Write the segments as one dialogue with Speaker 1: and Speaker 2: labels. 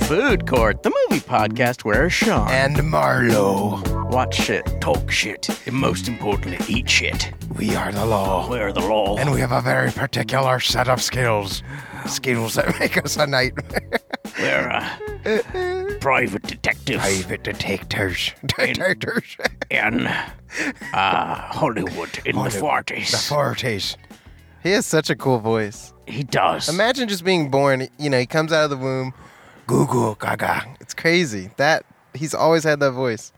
Speaker 1: Food Court, the movie podcast where Sean
Speaker 2: and Marlowe.
Speaker 1: watch shit, talk shit, and most importantly, eat shit.
Speaker 2: We are the law.
Speaker 1: Where the law?
Speaker 2: And we have a very particular set of skills. Skills that make us a night
Speaker 1: We're uh, private detectives
Speaker 2: private detectives. Detectors.
Speaker 1: in uh, Hollywood in the
Speaker 2: Hollywood. The
Speaker 1: forties.
Speaker 2: forties.
Speaker 3: He has such a cool voice.
Speaker 1: he does.
Speaker 3: Imagine just being born, you know, he comes out of the womb.
Speaker 2: Goo goo gaga.
Speaker 3: It's crazy. That he's always had that voice.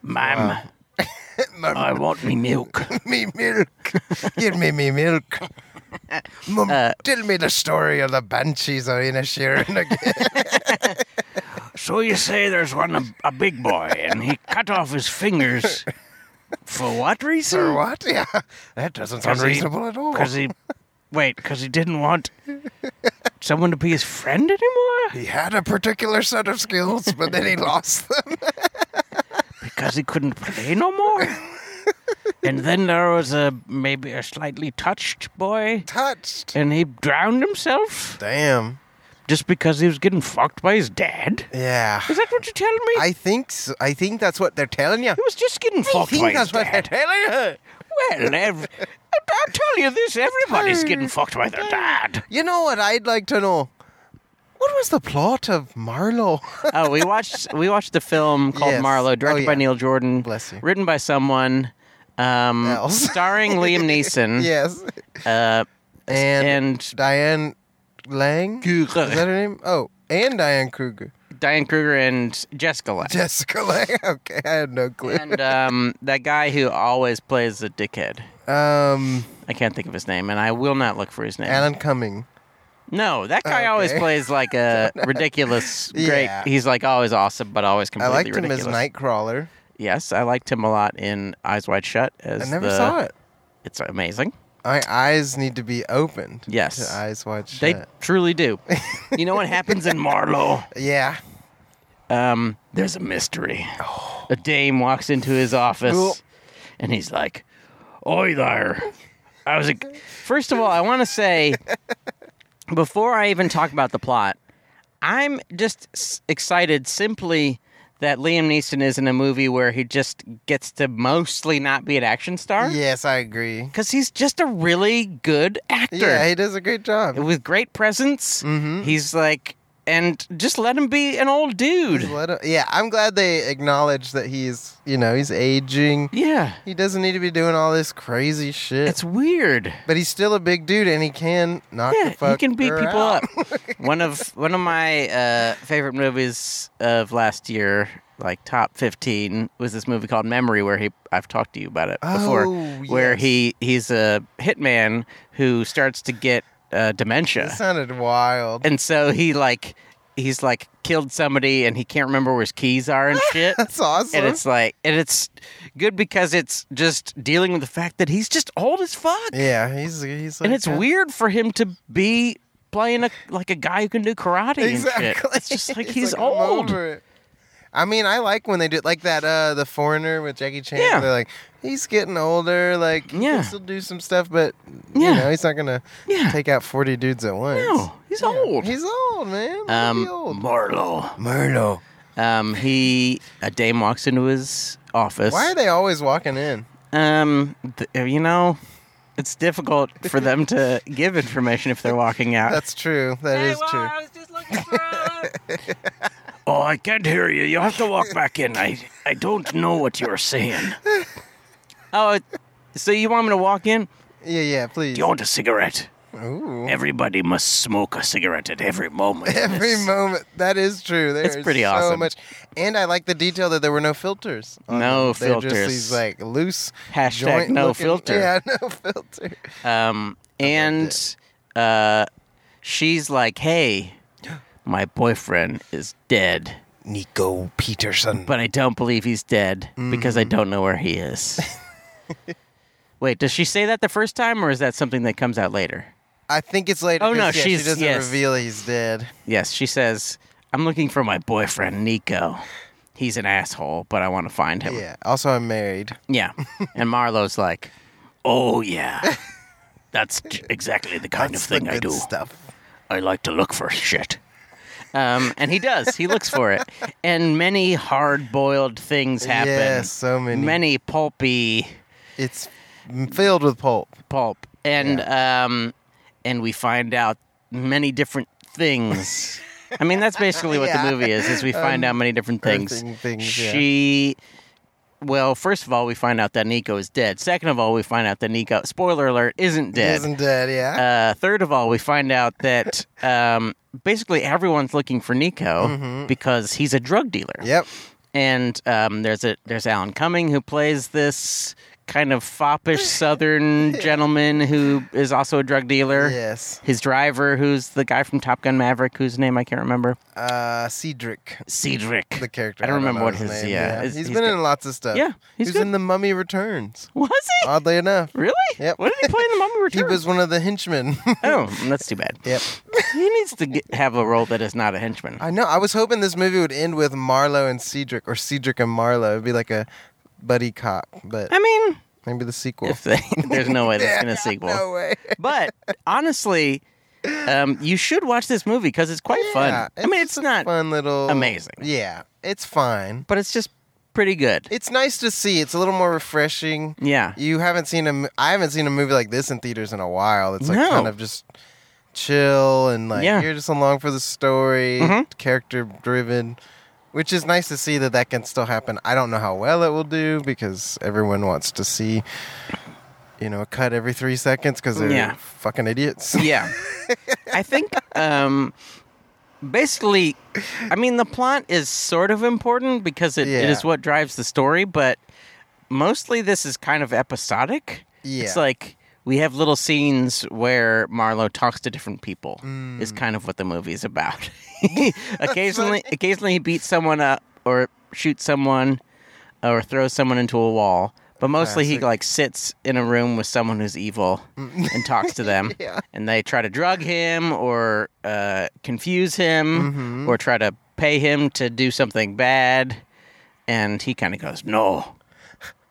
Speaker 1: Ma'am,
Speaker 2: Uh.
Speaker 1: I want me milk.
Speaker 2: Me milk. Give me me milk. Mum, tell me the story of the banshees of Inisherin again.
Speaker 1: So you say there's one a, a big boy, and he cut off his fingers for what reason?
Speaker 2: or what? Yeah, that doesn't sound reasonable at all.
Speaker 1: Because he, wait, because he didn't want someone to be his friend anymore.
Speaker 2: He had a particular set of skills, but then he lost them.
Speaker 1: Because he couldn't play no more. and then there was a maybe a slightly touched boy,
Speaker 2: Touched.
Speaker 1: and he drowned himself
Speaker 3: Damn.
Speaker 1: just because he was getting fucked by his dad.
Speaker 3: Yeah.
Speaker 1: Is that what you're telling me?
Speaker 3: I think so. I think that's what they're telling you.
Speaker 1: he was just getting
Speaker 3: I
Speaker 1: fucked by
Speaker 3: think
Speaker 1: his
Speaker 3: that's what they're
Speaker 1: dad.
Speaker 3: telling you.
Speaker 1: Well, ev- I, I tell you this, everybody's getting fucked by their dad.
Speaker 3: You know what I'd like to know? What was the plot of Marlowe?
Speaker 4: oh, we watched we watched the film called
Speaker 3: Yes.
Speaker 4: Marlowe, directed
Speaker 3: Oh,
Speaker 4: by
Speaker 3: yeah.
Speaker 4: Neil Jordan,
Speaker 3: Bless you.
Speaker 4: written by someone, um,
Speaker 3: Else.
Speaker 4: starring Liam Neeson,
Speaker 3: yes.
Speaker 4: Mm. uh,
Speaker 3: And,
Speaker 4: and
Speaker 3: Diane Lang?
Speaker 4: Kruger.
Speaker 3: Is that her name? Oh, and Diane Kruger.
Speaker 4: Diane Kruger and Jessica Lange,
Speaker 3: Jessica Lang. Okay, I had no clue.
Speaker 4: and um, that guy who always plays a dickhead.
Speaker 3: Um,
Speaker 4: I can't think of his name, and I will not look for his name.
Speaker 3: Alan Cumming.
Speaker 4: No, that guy
Speaker 3: Okay.
Speaker 4: always plays like a ridiculous, great.
Speaker 3: Yeah.
Speaker 4: He's like always awesome, but always
Speaker 3: I
Speaker 4: completely
Speaker 3: liked
Speaker 4: ridiculous.
Speaker 3: him as Nightcrawler.
Speaker 4: Yes, I liked him a lot in Eyes Wide Shut. As
Speaker 3: I never
Speaker 4: the-
Speaker 3: saw it.
Speaker 4: It's amazing.
Speaker 3: My eyes need to be opened.
Speaker 4: Yes.
Speaker 3: To eyes wide shut.
Speaker 4: They truly do. you know what happens in Marlowe?
Speaker 3: yeah.
Speaker 4: Um, there's a mystery. A dame walks into his office,
Speaker 3: Cool.
Speaker 4: and he's like, "Oi there!" I was like, first of all, I want to say, before I even talk about the plot, I'm just s- excited simply that Liam Neeson is in a movie where he just gets to mostly not be an action star
Speaker 3: Yes, I agree.
Speaker 4: because he's just a really good actor
Speaker 3: Yeah, he Mm-hmm. does a great job.
Speaker 4: with great presence. He's like, and just let him be an old dude.
Speaker 3: Just let him- yeah, I'm glad they acknowledge that he's, you know, he's aging.
Speaker 4: Yeah,
Speaker 3: He doesn't need to be doing all this crazy shit.
Speaker 4: it's weird.
Speaker 3: but he's still a big dude and he can knock
Speaker 4: Yeah,
Speaker 3: the fuck
Speaker 4: he can beat
Speaker 3: her
Speaker 4: people
Speaker 3: out.
Speaker 4: up. one of one of my uh, favorite movies of last year, like top fifteen, was this movie called Memory, where he I've talked to you about it before,
Speaker 3: Oh,
Speaker 4: where
Speaker 3: yes.
Speaker 4: he he's a hitman who starts to get uh, dementia.
Speaker 3: That sounded wild.
Speaker 4: and so he like he's like killed somebody and he can't remember where his keys are and shit
Speaker 3: That's awesome.
Speaker 4: and it's like and it's good because it's just dealing with the fact that he's just old as fuck
Speaker 3: yeah, he's he's like
Speaker 4: and it's
Speaker 3: a-
Speaker 4: weird for him to be playing a like a guy who can do karate and shit.
Speaker 3: Exactly.
Speaker 4: it's just like
Speaker 3: It's
Speaker 4: he's
Speaker 3: like, I'm
Speaker 4: old
Speaker 3: over it. I mean, I like when they do like that. Uh, the foreigner with Jackie Chan.
Speaker 4: Yeah.
Speaker 3: They're like, he's getting older. Like, he
Speaker 4: Yeah.
Speaker 3: can still do some stuff, but
Speaker 4: Yeah.
Speaker 3: you know, he's not gonna
Speaker 4: Yeah.
Speaker 3: take out forty dudes at once.
Speaker 4: no he's old
Speaker 3: He's old, man.
Speaker 4: um
Speaker 3: He's old.
Speaker 4: marlowe
Speaker 3: Murdo.
Speaker 4: um he a dame walks into his office
Speaker 3: Why are they always walking in?
Speaker 4: Um, th- you know, it's difficult for them to give information if they're walking out.
Speaker 3: That's true. That is true.
Speaker 4: was just looking for.
Speaker 1: Oh, I can't hear you. You have to walk back in. I, I don't know what you're saying.
Speaker 4: oh, it- so you want me to walk in?
Speaker 3: Yeah, yeah. Please.
Speaker 1: Do you want a cigarette?
Speaker 3: Ooh.
Speaker 1: Everybody must smoke a cigarette at every moment.
Speaker 3: Every moment. That is true. There
Speaker 4: It's
Speaker 3: is
Speaker 4: pretty
Speaker 3: so
Speaker 4: awesome.
Speaker 3: much. And I like the detail that there were no filters. on
Speaker 4: No
Speaker 3: them. They're just
Speaker 4: filters.
Speaker 3: these like loose
Speaker 4: Hashtag
Speaker 3: joint
Speaker 4: no
Speaker 3: looking-
Speaker 4: filter.
Speaker 3: Yeah, no filter.
Speaker 4: Um, and uh, she's like, "Hey, my boyfriend is dead,
Speaker 2: Nico Peterson.
Speaker 4: but I don't believe he's dead because I don't know where he is." Wait, does she say that the first time, or is that something that comes out later?
Speaker 3: I think it's later.
Speaker 4: Oh,
Speaker 3: 'cause,
Speaker 4: no,
Speaker 3: yeah, she
Speaker 4: she's-
Speaker 3: doesn't
Speaker 4: yes.
Speaker 3: reveal he's dead.
Speaker 4: Yes, she says, I'm looking for my boyfriend, Nico. He's an asshole, but I want to find him.
Speaker 3: Yeah. Also, I'm married.
Speaker 4: Yeah. And Marlowe's like,
Speaker 1: Oh, yeah. That's j- exactly the kind
Speaker 3: That's
Speaker 1: of thing
Speaker 3: the
Speaker 1: I
Speaker 3: good
Speaker 1: do.
Speaker 3: Stuff.
Speaker 1: I like to look for shit.
Speaker 4: Um, and he does. He looks for it. And many hard boiled things happen.
Speaker 3: Yeah, so many.
Speaker 4: Many pulpy
Speaker 3: It's filled with pulp.
Speaker 4: pulp. And um, and we find out many different things. I mean, that's basically what the movie is, is we find out many different things.
Speaker 3: Um, Unearthing things, yeah.
Speaker 4: she well, first of all, we find out that Nico is dead. Second of all, we find out that Nico, spoiler alert, isn't dead.
Speaker 3: Isn't dead, yeah.
Speaker 4: Uh, third of all, we find out that um, basically everyone's looking for Nico
Speaker 3: Mm-hmm.
Speaker 4: because he's a drug dealer.
Speaker 3: yep.
Speaker 4: And um, there's a there's Alan Cumming who plays this kind of foppish Southern gentleman who is also a drug dealer.
Speaker 3: Yes.
Speaker 4: His driver, who's the guy from Top Gun Maverick, whose name I can't remember,
Speaker 3: Uh, Cedric,
Speaker 4: Cedric.
Speaker 3: the character.
Speaker 4: I don't remember
Speaker 3: know
Speaker 4: what his-
Speaker 3: name.
Speaker 4: yeah,
Speaker 3: He's
Speaker 4: his- he's
Speaker 3: been
Speaker 4: good.
Speaker 3: in lots of stuff.
Speaker 4: Yeah, he's
Speaker 3: He's he was
Speaker 4: good.
Speaker 3: in the Mummy Returns.
Speaker 4: Was he
Speaker 3: Oddly enough,
Speaker 4: really?
Speaker 3: Uh, Yep.
Speaker 4: What did he play in the Mummy
Speaker 3: he
Speaker 4: Returns?
Speaker 3: was one of the henchmen.
Speaker 4: Oh, that's too bad.
Speaker 3: yep.
Speaker 4: He needs to get, have a role that is not a henchman.
Speaker 3: I know. I was hoping this movie would end with Marlowe and Cedric, or Cedric and Marlowe. It'd be like a buddy cop, but
Speaker 4: I mean,
Speaker 3: maybe the sequel.
Speaker 4: if they, there's no way that's going to sequel.
Speaker 3: no way.
Speaker 4: But honestly, um, you should watch this movie because it's quite
Speaker 3: Yeah,
Speaker 4: fun. I mean,
Speaker 3: just
Speaker 4: it's
Speaker 3: a
Speaker 4: not,
Speaker 3: fun little
Speaker 4: amazing.
Speaker 3: Yeah, it's fine.
Speaker 4: but it's just pretty good.
Speaker 3: It's nice to see. It's a little more refreshing.
Speaker 4: Yeah.
Speaker 3: You haven't seen a. m- I haven't seen a movie like this in theaters in a while. It's like
Speaker 4: No.
Speaker 3: kind of just chill and like
Speaker 4: Yeah. Mm-hmm.
Speaker 3: you're just along for the story, character driven, which is nice to see that that can still happen. I don't know how well it will do because everyone wants to see, you know, a cut every three seconds because they're
Speaker 4: Yeah.
Speaker 3: fucking idiots.
Speaker 4: Yeah. I think um, basically, I mean, the plot is sort of important because it,
Speaker 3: Yeah.
Speaker 4: it is what drives the story, but mostly this is kind of episodic.
Speaker 3: Yeah.
Speaker 4: It's like we have little scenes where Marlowe talks to different people, is
Speaker 3: Mm.
Speaker 4: kind of what the movie is about. occasionally, occasionally he beats someone up or shoots someone or throws someone into a wall. But mostly he
Speaker 3: Classic.
Speaker 4: like sits in a room with someone who's evil and talks to them,
Speaker 3: Mm. Yeah.
Speaker 4: and they try to drug him or uh, confuse him
Speaker 3: Mm-hmm.
Speaker 4: or try to pay him to do something bad, and he kind of goes, "No,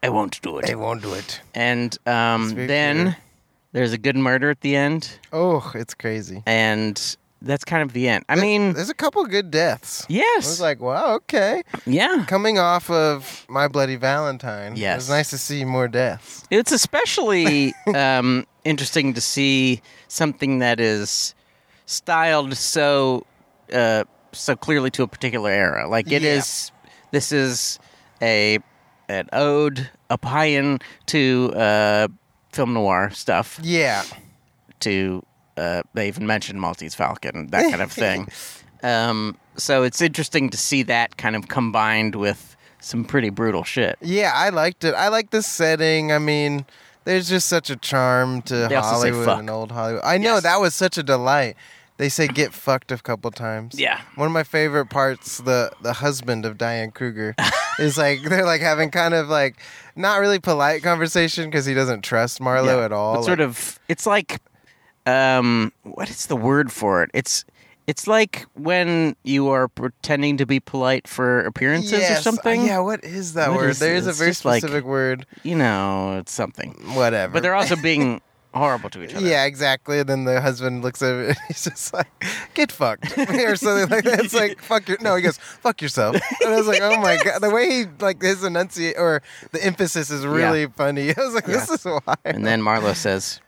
Speaker 4: I won't do it."
Speaker 2: They won't do it.
Speaker 4: And um,
Speaker 3: very
Speaker 4: then
Speaker 3: clear.
Speaker 4: there's a good murder at the end,
Speaker 3: Oh, it's crazy.
Speaker 4: and that's kind of the end. I mean,
Speaker 3: There's a couple good deaths. I was
Speaker 4: yes,
Speaker 3: like, wow, okay.
Speaker 4: yeah,
Speaker 3: Coming off of My Bloody Valentine, it was
Speaker 4: Yes.
Speaker 3: nice to see more deaths.
Speaker 4: It's especially um, interesting to see something that is styled so uh, so clearly to a particular era. Like it
Speaker 3: Yeah.
Speaker 4: is, this is a an ode, a paean to uh, film noir stuff.
Speaker 3: Yeah,
Speaker 4: To uh, they even mentioned Maltese Falcon, that kind of thing. um, so it's interesting to see that kind of combined with some pretty brutal shit.
Speaker 3: yeah, I liked it. I like the setting. I mean, there's just such a charm to
Speaker 4: They also say
Speaker 3: Hollywood
Speaker 4: fuck.
Speaker 3: and old Hollywood. I know that was such a delight. They say get fucked a couple times.
Speaker 4: Yeah.
Speaker 3: One of my favorite parts, the the husband of Diane Kruger, is like they're like having kind of like not really polite conversation because he doesn't trust Marlowe
Speaker 4: Yeah.
Speaker 3: at all.
Speaker 4: It's sort
Speaker 3: Like,
Speaker 4: of it's like um what is the word for it? It's it's like when you are pretending to be polite for appearances
Speaker 3: yes, uh,
Speaker 4: or something.
Speaker 3: Yeah, what is that
Speaker 4: What
Speaker 3: word?
Speaker 4: is
Speaker 3: there
Speaker 4: it?
Speaker 3: is a
Speaker 4: It's
Speaker 3: very
Speaker 4: just like-
Speaker 3: specific word.
Speaker 4: You know, it's something.
Speaker 3: Whatever.
Speaker 4: But they're also being horrible to each other.
Speaker 3: Yeah, exactly. And then the husband looks at it and he's just like, get fucked. or something like that. It's like, fuck your, no, he goes, fuck yourself. And I was like, oh my God. The way he, like, his enunciate or the emphasis is really funny. I was like, this is why.
Speaker 4: And then Marlo says,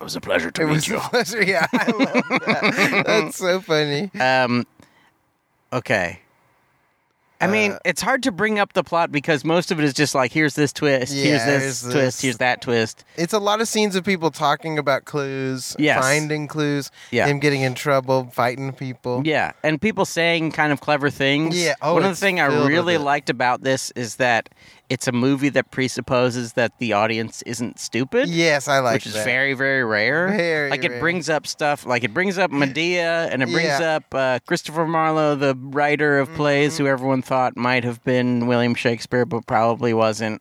Speaker 4: "It was a pleasure to
Speaker 3: It
Speaker 4: meet
Speaker 3: was
Speaker 4: you."
Speaker 3: a pleasure. Yeah, I love that. That's so funny.
Speaker 4: Um okay.
Speaker 3: Uh,
Speaker 4: I mean, it's hard to bring up the plot because most of it is just like here's this twist,
Speaker 3: Yeah,
Speaker 4: here's this
Speaker 3: here's
Speaker 4: twist,
Speaker 3: this.
Speaker 4: here's that twist.
Speaker 3: It's a lot of scenes of people talking about clues,
Speaker 4: Yes.
Speaker 3: finding clues,
Speaker 4: Yeah.
Speaker 3: him getting in trouble, fighting people.
Speaker 4: Yeah, and people saying kind of clever things.
Speaker 3: Yeah, oh,
Speaker 4: One of the
Speaker 3: it's
Speaker 4: thing I
Speaker 3: filled with
Speaker 4: really
Speaker 3: it.
Speaker 4: liked about this is that it's a movie that presupposes that the audience isn't stupid.
Speaker 3: Yes, I like
Speaker 4: Which is
Speaker 3: that.
Speaker 4: very, very rare.
Speaker 3: Very
Speaker 4: like it
Speaker 3: rare.
Speaker 4: brings up stuff, like it brings up Medea, and it brings
Speaker 3: Yeah.
Speaker 4: up
Speaker 3: Mm-hmm.
Speaker 4: uh, Christopher Marlowe, the writer of plays, who everyone thought might have been William Shakespeare, but probably wasn't.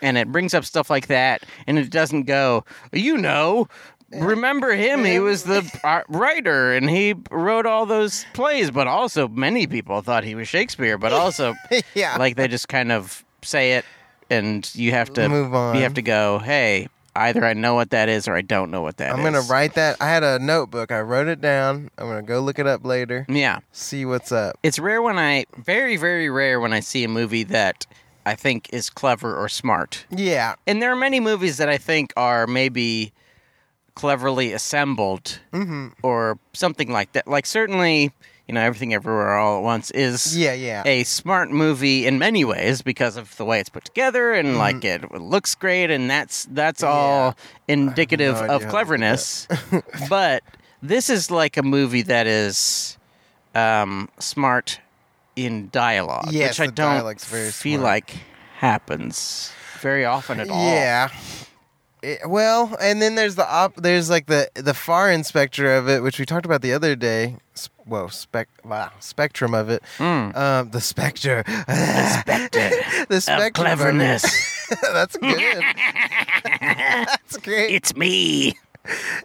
Speaker 4: And it brings up stuff like that, and it doesn't go, you know, remember him? He was the art writer, and he wrote all those plays. But also, many people thought he was Shakespeare. But also,
Speaker 3: Yeah.
Speaker 4: like they just kind of say it, and you have to
Speaker 3: Move on.
Speaker 4: You have to go, hey, either I know what that is or I don't know what that
Speaker 3: I'm gonna
Speaker 4: is.
Speaker 3: write that. I had a notebook. I wrote it down. I'm gonna go look it up later.
Speaker 4: Yeah.
Speaker 3: See what's up.
Speaker 4: It's rare when I, very, very rare when I see a movie that I think is clever or smart.
Speaker 3: Yeah.
Speaker 4: And there are many movies that I think are maybe cleverly assembled
Speaker 3: Mm-hmm.
Speaker 4: or something like that. Like, certainly, you know, Everything Everywhere All at Once is
Speaker 3: Yeah. Yeah.
Speaker 4: a smart movie in many ways because of the way it's put together and
Speaker 3: Mm-hmm.
Speaker 4: like it looks great and that's that's all indicative
Speaker 3: idea how they
Speaker 4: of
Speaker 3: did
Speaker 4: cleverness but this is like a movie that is um, smart in dialogue
Speaker 3: Yes,
Speaker 4: which i
Speaker 3: the
Speaker 4: don't
Speaker 3: dialogue's very
Speaker 4: feel
Speaker 3: smart.
Speaker 4: like happens very often at all
Speaker 3: Yeah. It- well, and then there's the op. There's like the the far end spectrum of it, which we talked about the other day. S- Whoa, spec wow, spectrum of it.
Speaker 4: Hmm.
Speaker 3: Um, the spectre, the spectre, the spectrum
Speaker 1: Of cleverness.
Speaker 3: Of it. That's good. That's great.
Speaker 1: it's me.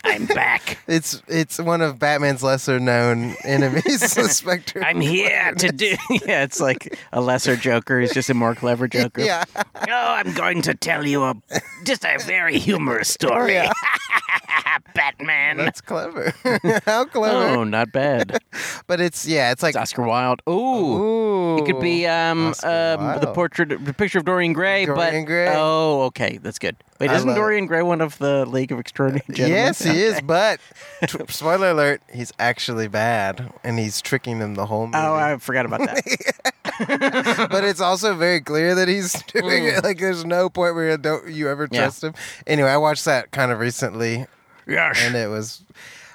Speaker 1: I'm back.
Speaker 3: It's it's one of Batman's lesser known enemies, the Spectre.
Speaker 1: I'm here to do.
Speaker 4: yeah it's like a lesser joker is just a more clever joker
Speaker 3: yeah,
Speaker 1: Oh, I'm going to tell you a just a very humorous story.
Speaker 3: Yeah.
Speaker 1: Batman.
Speaker 3: that's clever. How clever!
Speaker 4: oh not bad
Speaker 3: But it's yeah, it's like
Speaker 4: It's Oscar Wilde. Ooh. It could be um,
Speaker 3: Oscar
Speaker 4: um the
Speaker 3: Wilde.
Speaker 4: portrait, the picture of Dorian Gray.
Speaker 3: Dorian
Speaker 4: but
Speaker 3: Gray.
Speaker 4: oh, okay, that's good. Wait,
Speaker 3: I
Speaker 4: isn't
Speaker 3: love it. Uh,
Speaker 4: Dorian Gray one of the League of Extraordinary Gentlemen?
Speaker 3: yes, he is. But t- spoiler alert, he's actually bad, and he's tricking them the whole movie.
Speaker 4: Oh, I forgot about that.
Speaker 3: but it's also very clear that he's doing it. Like there's no point where you don't you ever
Speaker 4: Mm. Yeah.
Speaker 3: trust him. Anyway, I watched that kind of recently,
Speaker 1: Yes,
Speaker 3: and it was.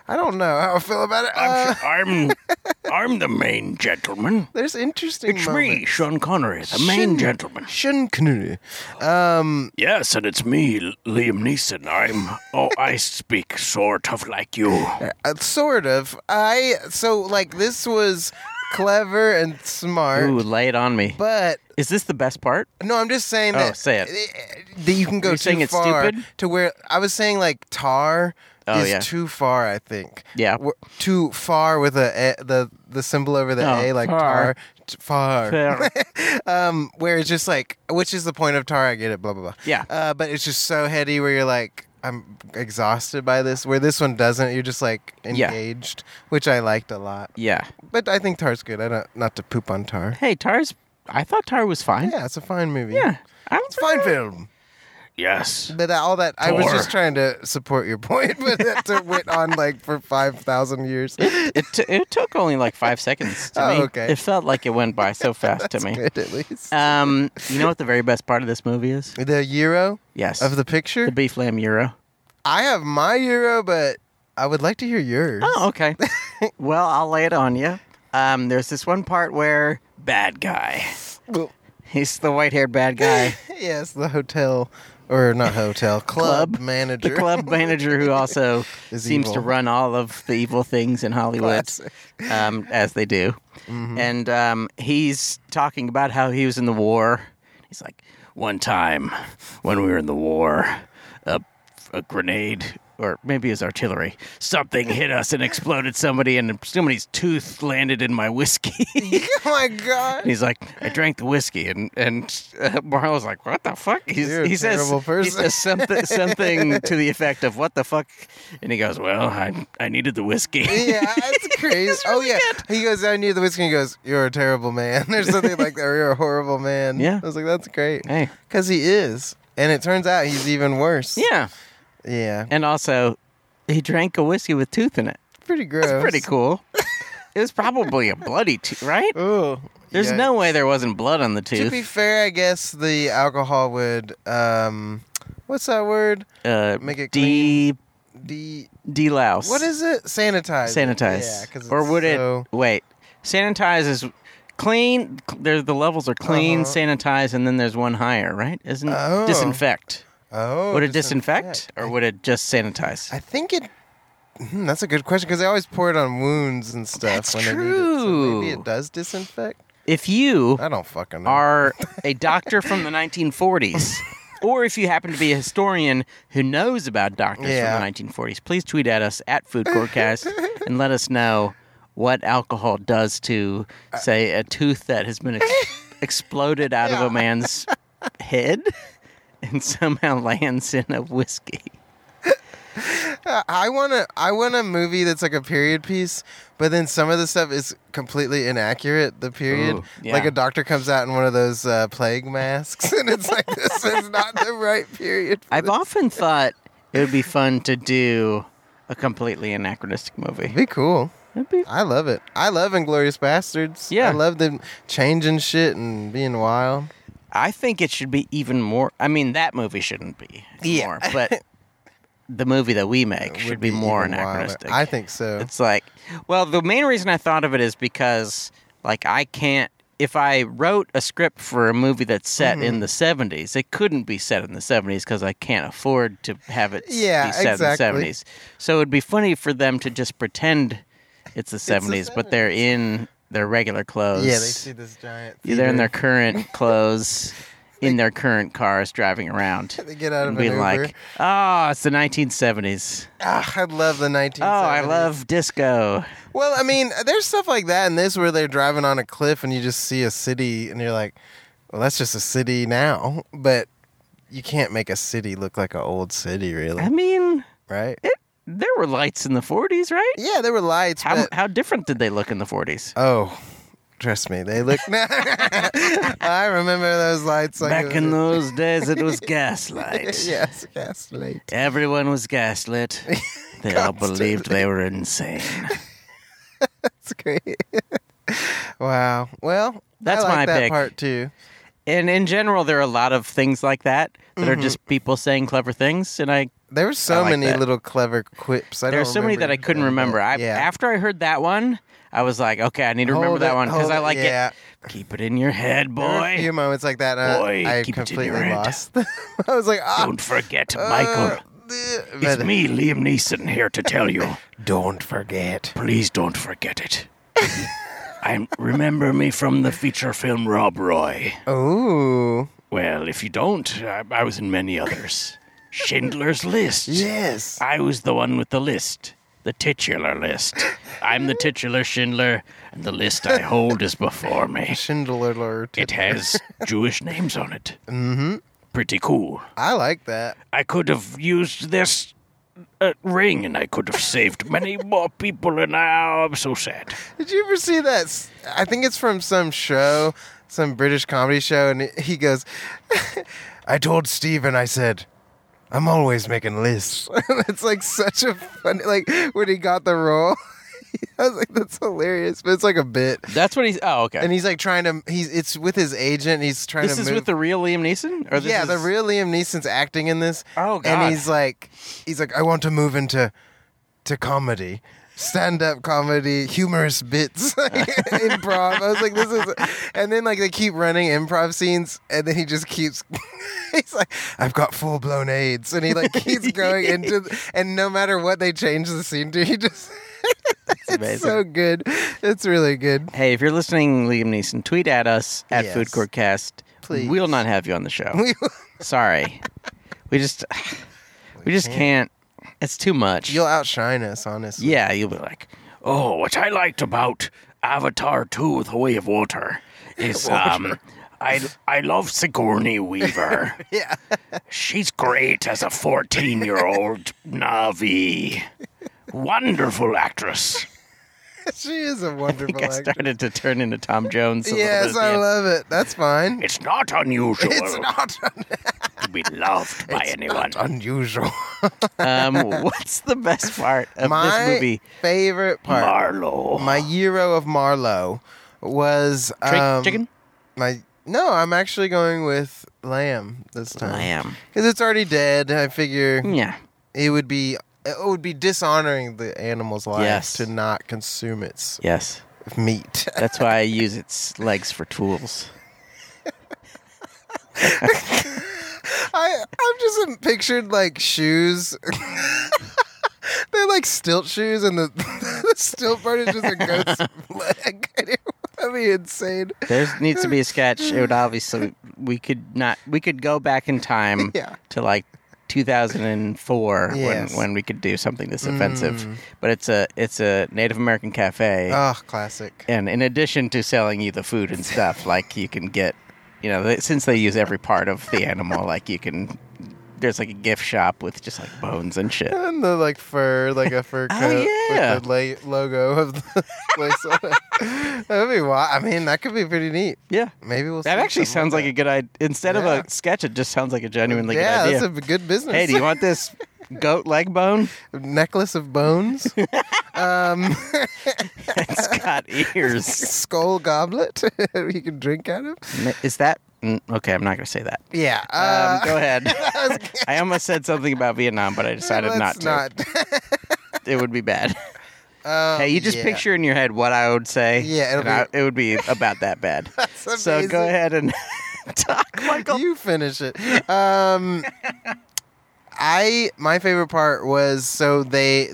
Speaker 3: I don't know how I feel about it. Uh,
Speaker 1: I'm I'm the main gentleman.
Speaker 3: there's interesting.
Speaker 1: It's me,
Speaker 3: moments.
Speaker 1: Sean Connery, the main
Speaker 3: Shin-
Speaker 1: gentleman.
Speaker 3: Shin Knuri. Um,
Speaker 1: Yes, and it's me, Liam Neeson. I'm oh, I speak sort of like you.
Speaker 3: Uh, sort of. I so like this was clever and smart,
Speaker 4: Ooh, lay it on me.
Speaker 3: but
Speaker 4: Is this the best part?
Speaker 3: no, I'm just saying
Speaker 4: Oh,
Speaker 3: that.
Speaker 4: say
Speaker 3: it. That you can go
Speaker 4: You're
Speaker 3: too
Speaker 4: saying it's
Speaker 3: far
Speaker 4: stupid?
Speaker 3: to where I was saying like tar
Speaker 4: Oh,
Speaker 3: is
Speaker 4: yeah.
Speaker 3: too far. I think.
Speaker 4: Yeah.
Speaker 3: Wh- too far with a, a the the symbol over the
Speaker 4: Oh,
Speaker 3: a like
Speaker 4: tar.
Speaker 3: tar. T- far.
Speaker 4: Uh,
Speaker 3: Um, where it's just like, which is the point of tar? I get it. Blah blah blah.
Speaker 4: Yeah.
Speaker 3: Uh, but it's just so heady where you're like. I'm exhausted by this. Where this one doesn't, you're just like
Speaker 4: Yeah.
Speaker 3: engaged, which I liked a lot.
Speaker 4: yeah.
Speaker 3: But I think Tar's good. I don't not to poop on Tar.
Speaker 4: Hey, Tar's. I thought Tar was fine.
Speaker 3: Yeah, it's a fine movie.
Speaker 4: Yeah. I
Speaker 3: It's a fine film.
Speaker 1: Yes.
Speaker 3: But all that I was
Speaker 1: Tar.
Speaker 3: just trying to support your point, but that took- went on like for five thousand years.
Speaker 4: It, t- it took only like five seconds to
Speaker 3: Oh,
Speaker 4: me.
Speaker 3: okay.
Speaker 4: It felt like it went by so fast to me.
Speaker 3: Good, at least
Speaker 4: Um, you know what the very best part of this movie is?
Speaker 3: the euro
Speaker 4: Yes,
Speaker 3: of the picture.
Speaker 4: the beef lamb euro.
Speaker 3: I have my euro, but I would like to hear yours.
Speaker 4: Oh, okay. well, I'll lay it on you. Um, there's this one part where bad guy.
Speaker 3: Well,
Speaker 4: He's the white-haired bad guy,
Speaker 3: yes, the hotel or not hotel club,
Speaker 4: Club.
Speaker 3: manager.
Speaker 4: the club manager who also
Speaker 3: Is
Speaker 4: seems to
Speaker 3: evil.
Speaker 4: run all of the evil things in Hollywood,
Speaker 3: Classic. Mm-hmm.
Speaker 4: um, as they do. And um, he's talking about how he was in the war. He's like,
Speaker 1: One time, when we were in the war, a, a grenade
Speaker 4: or maybe his artillery.
Speaker 1: something hit us and exploded somebody, and somebody's tooth landed in my whiskey. and
Speaker 3: oh my god.
Speaker 1: he's like, I drank the whiskey, and
Speaker 4: And uh, Marlo's like, "What the fuck?" He's,
Speaker 3: You're a
Speaker 4: he says,
Speaker 3: terrible
Speaker 4: he
Speaker 3: person.
Speaker 4: says something, something to the effect of "What the fuck," and he goes, "Well,
Speaker 1: well, I I needed the whiskey.
Speaker 3: Yeah, that's crazy. oh yeah, he goes down near the whiskey and goes, "You're a terrible man," or something like that. or, You're a horrible man.
Speaker 4: Yeah.
Speaker 3: I was like, that's great.
Speaker 4: hey,
Speaker 3: because he is, and it turns out he's even worse.
Speaker 4: yeah."
Speaker 3: yeah,
Speaker 4: And also, he drank a whiskey with tooth in it.
Speaker 3: pretty gross.
Speaker 4: That's pretty cool. it was probably a bloody tooth, right?
Speaker 3: Ooh,
Speaker 4: There's
Speaker 3: yeah.
Speaker 4: no way there wasn't blood on the
Speaker 3: Oh, To be
Speaker 4: tooth.
Speaker 3: fair, I guess the alcohol would, um, what's that word?
Speaker 4: Uh,
Speaker 3: Make it
Speaker 4: de
Speaker 3: The
Speaker 4: delouse.
Speaker 3: what is it? Sanitize. it.
Speaker 4: sanitize?
Speaker 3: Yeah, 'cause
Speaker 4: or
Speaker 3: it's
Speaker 4: would
Speaker 3: so-
Speaker 4: it wait? Sanitize is clean. cl- There, the levels are clean,
Speaker 3: Uh-huh.
Speaker 4: sanitize, and then there's one higher, right? Isn't
Speaker 3: Oh.
Speaker 4: disinfect?
Speaker 3: Oh,
Speaker 4: would it disinfect, or
Speaker 3: I,
Speaker 4: would it just sanitize?
Speaker 3: I think it. Hmm, that's a good question because they always pour it on wounds and stuff.
Speaker 4: That's
Speaker 3: when they need it. So maybe
Speaker 4: true.
Speaker 3: it does disinfect.
Speaker 4: if you
Speaker 3: I don't fucking know.
Speaker 4: are a doctor from the 1940s, or if you happen to be a historian who knows about doctors
Speaker 3: Yeah.
Speaker 4: from the 1940s, please tweet at us at Food Courtcast and let us know what alcohol does to, say, a tooth that has been ex- exploded out of a man's head. and somehow lands in a whiskey.
Speaker 3: I want to. I want a movie that's like a period piece, but then some of the stuff is completely inaccurate. The period,
Speaker 4: Ooh, yeah.
Speaker 3: like a doctor comes out in one of those uh, plague masks, and it's like this is not the right period.
Speaker 4: I've often thought it would be fun to do a completely anachronistic movie.
Speaker 3: It'd be cool.
Speaker 4: It'd be
Speaker 3: I love it. I love Inglorious Bastards.
Speaker 4: Yeah.
Speaker 3: I love them changing shit and being wild.
Speaker 4: I think it should be even more. I mean, that movie shouldn't be
Speaker 3: Yeah.
Speaker 4: more, but the movie that we make should
Speaker 3: Would
Speaker 4: be, more
Speaker 3: even wilder.
Speaker 4: anachronistic.
Speaker 3: I think so.
Speaker 4: it's like, well, the main reason I thought of it is because, like, I can't. If I wrote a script for a movie that's set
Speaker 3: Mm-hmm.
Speaker 4: in the '70s, it couldn't be set in the '70s because I can't afford to have it s-
Speaker 3: Yeah,
Speaker 4: be set
Speaker 3: exactly.
Speaker 4: in the '70s. So it'd be funny for them to just pretend it's the '70s, but they're in their regular clothes.
Speaker 3: yeah, they see this giant.
Speaker 4: Yeah, they're in their
Speaker 3: theater.
Speaker 4: current clothes, in their current cars, driving around,
Speaker 3: They get out
Speaker 4: and
Speaker 3: of
Speaker 4: being
Speaker 3: an Uber.
Speaker 4: like, "Oh, it's the 1970s.
Speaker 3: Ah, I love the 1970s.
Speaker 4: Oh, I love disco."
Speaker 3: Well, I mean, there's stuff like that in this where they're driving on a cliff and you just see a city and you're like, well, that's just a city now. But you can't make a city look like an old city,
Speaker 4: I
Speaker 3: really,
Speaker 4: mean,
Speaker 3: right?
Speaker 4: it, there were lights in the 40s, right?
Speaker 3: Yeah, there were lights.
Speaker 4: How
Speaker 3: but-
Speaker 4: how different did they look in the 40s?
Speaker 3: Oh, trust me, they look. I remember those lights. Like
Speaker 4: Back
Speaker 3: it
Speaker 4: in
Speaker 3: was-
Speaker 4: those days, it was gaslight.
Speaker 3: yes, yes, late.
Speaker 4: Everyone was gaslit. They all believed they were insane.
Speaker 3: That's great. wow. Well,
Speaker 4: That's
Speaker 3: I like
Speaker 4: my
Speaker 3: that
Speaker 4: pick.
Speaker 3: part too.
Speaker 4: And in general, there are a lot of things like that that
Speaker 3: Mm-hmm.
Speaker 4: are just people saying clever things, and I
Speaker 3: There were so
Speaker 4: I like
Speaker 3: many
Speaker 4: that.
Speaker 3: little clever quips. I
Speaker 4: There are
Speaker 3: don't
Speaker 4: so many that I
Speaker 3: remember
Speaker 4: couldn't
Speaker 3: everything,
Speaker 4: remember.
Speaker 3: but
Speaker 4: I,
Speaker 3: yeah.
Speaker 4: After I heard that one, I was like, okay, I need to
Speaker 3: Hold
Speaker 4: remember that
Speaker 3: it,
Speaker 4: one because
Speaker 3: hold
Speaker 4: I
Speaker 3: it,
Speaker 4: like
Speaker 3: Oh, yeah.
Speaker 4: it. Keep it in your head,
Speaker 3: There were a few
Speaker 4: boy.
Speaker 3: moments like that. and I-
Speaker 1: Boy,
Speaker 3: I
Speaker 1: keep it in your
Speaker 3: completely
Speaker 1: head.
Speaker 3: lost. I was like, ah,
Speaker 1: Don't forget,
Speaker 3: uh,
Speaker 1: Michael.
Speaker 3: bleh,
Speaker 1: It's
Speaker 3: but-
Speaker 1: me, Liam Neeson, here to tell you.
Speaker 3: Don't forget.
Speaker 1: Please don't forget it. I remember me from the feature film Rob Roy.
Speaker 3: Oh,
Speaker 1: Well, if you don't, I, I was in many others. Schindler's List.
Speaker 3: yes.
Speaker 1: I was the one with the list, the titular list. I'm the titular Schindler, and the list I hold is before me.
Speaker 3: Schindler alert.
Speaker 1: It has Jewish names on it. Mm-hmm. Pretty cool.
Speaker 3: I like that.
Speaker 1: I could have used this uh, ring, and I could have saved many more people, and now I'm so sad.
Speaker 3: Did you ever see that? s- I think it's from some show, some British comedy show, and he goes, "I told Steve, and I said." I'm always making lists. it's like such a funny, like when he got the role, I was like, "That's hilarious," but it's like a bit.
Speaker 4: That's what he's. Oh, okay.
Speaker 3: And he's like trying to. He's it's with his agent. He's trying
Speaker 4: this
Speaker 3: to.
Speaker 4: is
Speaker 3: move.
Speaker 4: with the real Liam Neeson, or this
Speaker 3: yeah,
Speaker 4: is,
Speaker 3: the real Liam Neeson's acting in this.
Speaker 4: Oh, God.
Speaker 3: And he's like, he's like, I want to move into, to comedy, stand up comedy, humorous bits, like, improv. I was like, this is, and then like they keep running improv scenes, and then he just keeps, he's like, I've got full blown AIDS, and he like keeps going into, th- and no matter what they change the scene to, he just.
Speaker 4: It's amazing.
Speaker 3: So good. It's really good.
Speaker 4: hey, if you're listening, Liam Neeson, tweet at us at
Speaker 3: Yes.
Speaker 4: Food Court Cast.
Speaker 3: Please.
Speaker 4: We'll not have you on the show. Sorry, we just we just can't. It's too much.
Speaker 3: You'll outshine us, honestly.
Speaker 4: yeah, you'll be like,
Speaker 1: Oh, what I liked about Avatar 2 The Way of Water is um I I love Sigourney Weaver.
Speaker 3: Yeah.
Speaker 1: She's great as a 14-year-old Navi. Wonderful actress.
Speaker 3: she is a
Speaker 4: I
Speaker 3: wonderful
Speaker 4: think I
Speaker 3: actress.
Speaker 4: started to turn into Tom Jones. A little
Speaker 3: Yes,
Speaker 4: bit at the
Speaker 3: I
Speaker 4: end.
Speaker 3: love it. That's fine.
Speaker 1: It's not unusual
Speaker 3: It's not
Speaker 1: to be loved by anyone.
Speaker 3: unusual.
Speaker 4: Um, what's the best part of
Speaker 3: My
Speaker 4: this movie?
Speaker 3: favorite part,
Speaker 1: Marlowe.
Speaker 3: my Euro of Marlowe, was
Speaker 4: Trick-
Speaker 3: um,
Speaker 4: chicken.
Speaker 3: My no, I'm actually going with lamb this time.
Speaker 4: I am.
Speaker 3: because it's already dead. I figure
Speaker 4: Yeah.
Speaker 3: it would be it would be dishonoring the animal's life
Speaker 4: Yes.
Speaker 3: to not consume its
Speaker 4: Yes.
Speaker 3: meat.
Speaker 4: That's why I use its legs for tools.
Speaker 3: I I'm just um, pictured like shoes. They're like stilt shoes, and the, the stilt part is just a goat's leg. That'd be insane.
Speaker 4: There needs to be a sketch. It would obviously we could not we could go back in time
Speaker 3: Yeah.
Speaker 4: to like 2004
Speaker 3: Yes.
Speaker 4: when when we could do something this offensive. But it's a it's a Native American cafe,
Speaker 3: Oh, classic.
Speaker 4: and in addition to selling you the food and stuff, like you can get you know, they, since they use every part of the animal, like you can. There's like a gift shop with just like bones and shit.
Speaker 3: And the like fur, like a fur
Speaker 4: Oh,
Speaker 3: coat
Speaker 4: yeah.
Speaker 3: with the la- logo of the place. on it. That'd be wild. I mean, that could be pretty neat.
Speaker 4: Yeah.
Speaker 3: Maybe we'll.
Speaker 4: That
Speaker 3: see
Speaker 4: actually
Speaker 3: something
Speaker 4: sounds like a good idea. Instead
Speaker 3: Yeah.
Speaker 4: of a sketch, it just sounds like a genuinely
Speaker 3: yeah,
Speaker 4: good idea.
Speaker 3: that's a good business.
Speaker 4: hey, do you want this goat leg bone?
Speaker 3: necklace of bones? um,
Speaker 4: It's got ears.
Speaker 3: skull goblet you can drink out of.
Speaker 4: Is that mm, okay? I'm not gonna say that.
Speaker 3: Yeah.
Speaker 4: Um,
Speaker 3: Uh,
Speaker 4: go ahead. I almost said something about Vietnam, but I decided not
Speaker 3: let's
Speaker 4: to. It would be bad.
Speaker 3: not. Um,
Speaker 4: hey, you just
Speaker 3: yeah.
Speaker 4: picture in your head what I would say.
Speaker 3: Yeah, it'll
Speaker 4: and I- it would be about that bad.
Speaker 3: That's
Speaker 4: so
Speaker 3: amazing.
Speaker 4: go ahead and talk, Michael.
Speaker 3: You finish it. Um, I my favorite part was so they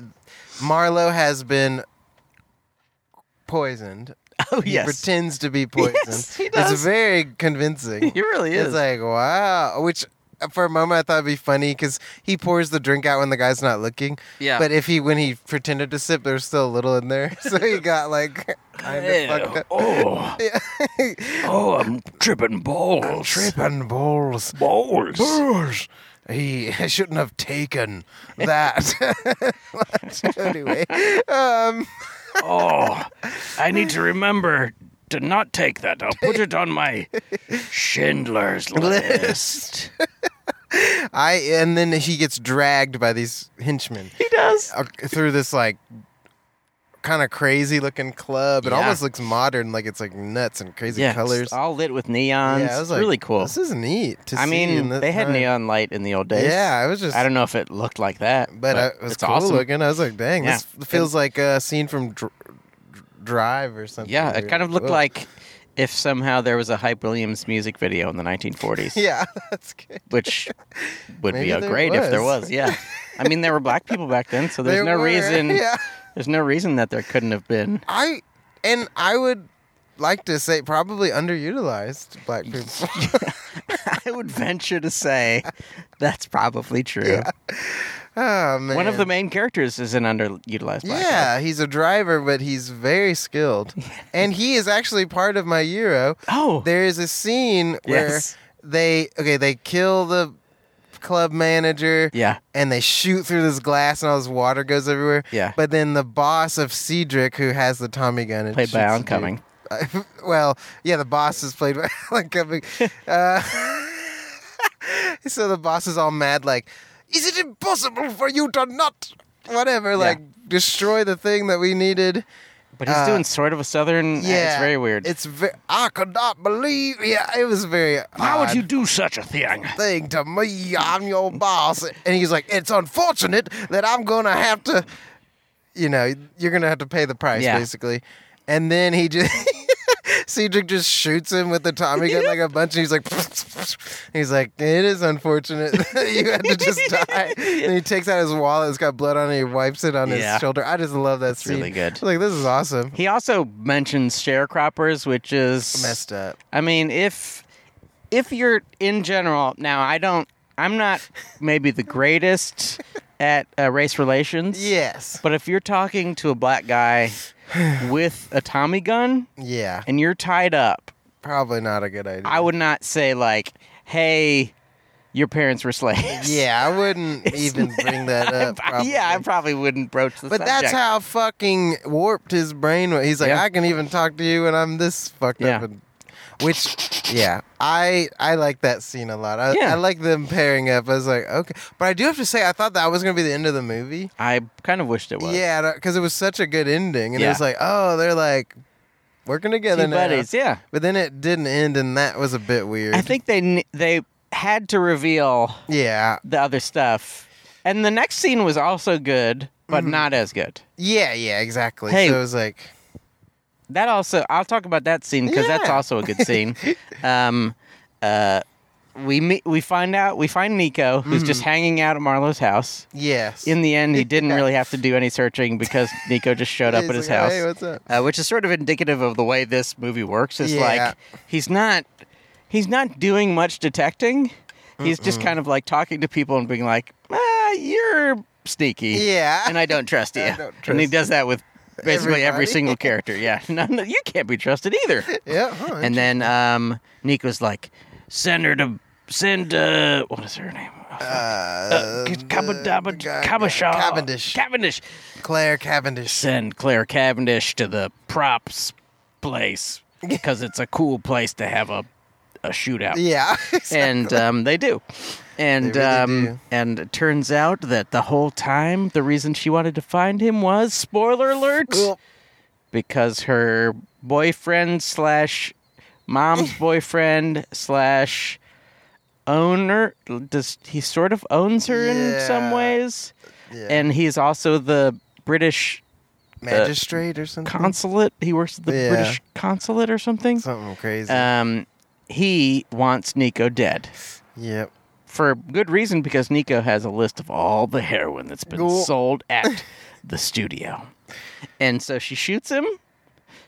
Speaker 3: Marlowe has been poisoned.
Speaker 4: oh
Speaker 3: He
Speaker 4: yes,
Speaker 3: pretends to be poisoned.
Speaker 4: Yes, he
Speaker 3: It's
Speaker 4: does.
Speaker 3: very convincing.
Speaker 4: he really is.
Speaker 3: It's like wow, which uh, for a moment I thought it'd be funny because he pours the drink out when the guy's not looking.
Speaker 4: Yeah.
Speaker 3: But if he when he pretended to sip, there's still a little in there, so he got like kind of fucked
Speaker 1: Ew.
Speaker 3: up.
Speaker 1: Oh,
Speaker 3: Yeah.
Speaker 1: oh, I'm tripping balls.
Speaker 2: Tripping balls.
Speaker 1: balls.
Speaker 2: Balls. He shouldn't have taken that.
Speaker 3: anyway, um,
Speaker 1: Oh, I need to remember to not take that. I'll put it on my Schindler's list.
Speaker 3: I and then he gets dragged by these henchmen
Speaker 4: he does.
Speaker 3: uh, through this like kind of crazy looking club. It
Speaker 4: Yeah.
Speaker 3: almost looks modern, like it's like nuts and crazy
Speaker 4: Yeah,
Speaker 3: colors.
Speaker 4: all lit with neons.
Speaker 3: I
Speaker 4: It's really cool.
Speaker 3: This is neat. To
Speaker 4: I
Speaker 3: see
Speaker 4: mean,
Speaker 3: in this
Speaker 4: they had
Speaker 3: time."
Speaker 4: neon light in the old days.
Speaker 3: Yeah, I was just.
Speaker 4: I don't know if it looked like that,
Speaker 3: But, uh, it was
Speaker 4: it's
Speaker 3: cool
Speaker 4: awesome.
Speaker 3: looking. I was like, dang, this
Speaker 4: Yeah.
Speaker 3: f- feels like a scene from Dr- Drive or something.
Speaker 4: Yeah, it
Speaker 3: You're
Speaker 4: kind of looked
Speaker 3: "Whoa."
Speaker 4: like if somehow there was a Hype Williams music video in the 1940s,
Speaker 3: Yeah, that's good.
Speaker 4: which would be
Speaker 3: Maybe
Speaker 4: a
Speaker 3: there
Speaker 4: great if there
Speaker 3: was.
Speaker 4: was. Yeah, I mean there were black people back then, so there's
Speaker 3: There
Speaker 4: no
Speaker 3: were-
Speaker 4: reason.
Speaker 3: Yeah.
Speaker 4: There's no reason that there couldn't have been.
Speaker 3: I and I would like to say probably underutilized black people.
Speaker 4: I would venture to say that's probably true.
Speaker 3: oh man.
Speaker 4: One of the main characters is an underutilized black. guy.
Speaker 3: Yeah, he's a driver, but he's very skilled, and he is actually part of my Euro.
Speaker 4: Oh.
Speaker 3: There is a scene where
Speaker 4: Yes.
Speaker 3: they okay they kill the club manager.
Speaker 4: Yeah.
Speaker 3: and they shoot through this glass and all this water goes everywhere.
Speaker 4: Yeah.
Speaker 3: But then the boss of Cedric, who has the Tommy gun, and
Speaker 4: Played by
Speaker 3: shoots
Speaker 4: Alan
Speaker 3: the dude.
Speaker 4: Cumming.
Speaker 3: well, yeah, the boss is played by Alan Cumming. Uh, so the boss is all mad, like, "Is it impossible for you to not whatever, like, destroy the thing that we needed?"
Speaker 4: But he's
Speaker 3: Uh,
Speaker 4: doing sort of a southern.
Speaker 3: Yeah,
Speaker 4: it's very weird.
Speaker 3: It's ve- I could not believe. Yeah, it was very.
Speaker 1: How
Speaker 3: odd.
Speaker 1: would you do such a thing?
Speaker 3: thing to me. I'm your boss. And he's like, it's unfortunate that I'm going to have to, you know, you're going to have to pay the price,
Speaker 4: Yeah.
Speaker 3: basically. And then he just. Cedric just shoots him with the Tommy gun like a bunch, and he's like, he's like, it is unfortunate that you had to just die. And he takes out his wallet; it's got blood on it. He wipes it on
Speaker 4: Yeah.
Speaker 3: his shoulder. I just love that scene.
Speaker 4: really good.
Speaker 3: I was like, this is awesome.
Speaker 4: he also mentions sharecroppers, which is
Speaker 3: Messed up.
Speaker 4: I mean, if if you're in general now, I don't. I'm not maybe the greatest at uh, race relations.
Speaker 3: Yes.
Speaker 4: But if you're talking to a black guy with a Tommy gun
Speaker 3: Yeah.
Speaker 4: and you're tied up,
Speaker 3: Probably not a good idea.
Speaker 4: I would not say like, "Hey, your parents were slaves."
Speaker 3: Yeah, I wouldn't even bring that up.
Speaker 4: I- yeah, I
Speaker 3: probably.
Speaker 4: probably wouldn't broach the
Speaker 3: But that's
Speaker 4: subject.
Speaker 3: how fucking warped his brain was. He's like,
Speaker 4: Yeah.
Speaker 3: I can even talk to you when I'm this fucked
Speaker 4: Yeah.
Speaker 3: up. And, which, yeah, I I like that scene a lot. I,
Speaker 4: Yeah.
Speaker 3: I like them pairing up. I was like, okay. But I do have to say, I thought that was going to be the end of the movie.
Speaker 4: I kind of wished it was.
Speaker 3: Yeah, because it was such a good ending. And
Speaker 4: Yeah.
Speaker 3: it was like, oh, they're like working together
Speaker 4: Two
Speaker 3: now.
Speaker 4: buddies. Yeah.
Speaker 3: But then it didn't end, and that was a bit weird.
Speaker 4: I think they kn- they had to reveal
Speaker 3: Yeah.
Speaker 4: the other stuff. And the next scene was also good, but
Speaker 3: Mm-hmm.
Speaker 4: not as good.
Speaker 3: Yeah, yeah, exactly.
Speaker 4: Hey.
Speaker 3: So it was like,
Speaker 4: That also, I'll talk about that scene because that's
Speaker 3: Yeah.
Speaker 4: also a good scene. um, uh, we meet, we find out, we find Nico, who's
Speaker 3: Mm.
Speaker 4: just hanging out at Marlowe's house.
Speaker 3: yes.
Speaker 4: In the end, he didn't really have to do any searching because Nico just showed up
Speaker 3: He's
Speaker 4: at his
Speaker 3: like,
Speaker 4: house.
Speaker 3: Hey, what's up?
Speaker 4: uh, which is sort of indicative of the way this movie works. It's
Speaker 3: Yeah.
Speaker 4: like he's not he's not doing much detecting. He's just kind of like talking to people and being like, ah, "You're sneaky,
Speaker 3: Yeah.
Speaker 4: and I don't trust you."
Speaker 3: don't
Speaker 4: and he
Speaker 3: trust
Speaker 4: does that with basically every
Speaker 3: Everybody.
Speaker 4: single character. Yeah, no, no, you can't be trusted either.
Speaker 3: Yeah. huh,
Speaker 4: And then um, Nico's like, send her to send. Uh, what is her name?
Speaker 3: uh,
Speaker 1: Cabadabba-
Speaker 3: guy-
Speaker 1: Cabashaw.
Speaker 3: Cavendish.
Speaker 1: Cavendish.
Speaker 3: Claire Cavendish.
Speaker 4: uh, Send Claire Cavendish to the props place because it's a cool place to have a a shootout.
Speaker 3: Yeah.
Speaker 4: and um, they do. And
Speaker 3: They really
Speaker 4: um,
Speaker 3: do.
Speaker 4: and it turns out that the whole time the reason she wanted to find him was spoiler alert because her boyfriend slash mom's boyfriend slash owner does he sort of owns her in some
Speaker 3: Yeah.
Speaker 4: ways,
Speaker 3: Yeah.
Speaker 4: and uh, he's also the British
Speaker 3: magistrate or something.
Speaker 4: consulate. He works at the
Speaker 3: Mm-hmm. Yeah.
Speaker 4: British consulate or something.
Speaker 3: something crazy.
Speaker 4: Um, he wants Nico dead.
Speaker 3: yep.
Speaker 4: for good reason because Nico has a list of all the heroin that's been
Speaker 3: Cool.
Speaker 4: sold at the studio. And so she shoots him.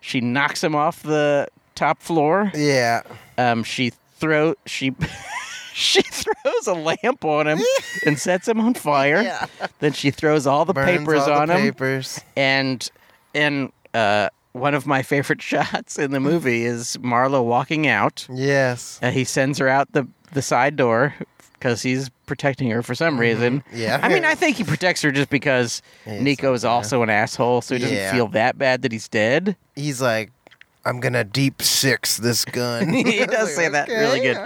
Speaker 4: She knocks him off the top floor.
Speaker 3: Yeah.
Speaker 4: Um, she throw she she throws a lamp on him and sets him on fire. Then she throws all the
Speaker 3: Burns
Speaker 4: papers
Speaker 3: all the
Speaker 4: on him
Speaker 3: Papers.
Speaker 4: and and uh, one of my favorite shots in the movie is Marlo walking out.
Speaker 3: Yes.
Speaker 4: Uh, he sends her out the, the side door because he's protecting her for some reason.
Speaker 3: Mm-hmm. Yeah.
Speaker 4: I mean, I think he protects her just because
Speaker 3: He's
Speaker 4: Nico is also an asshole, so he doesn't
Speaker 3: Yeah.
Speaker 4: feel that bad that he's dead.
Speaker 3: He's like, I'm gonna deep six this gun.
Speaker 4: he does say that really good.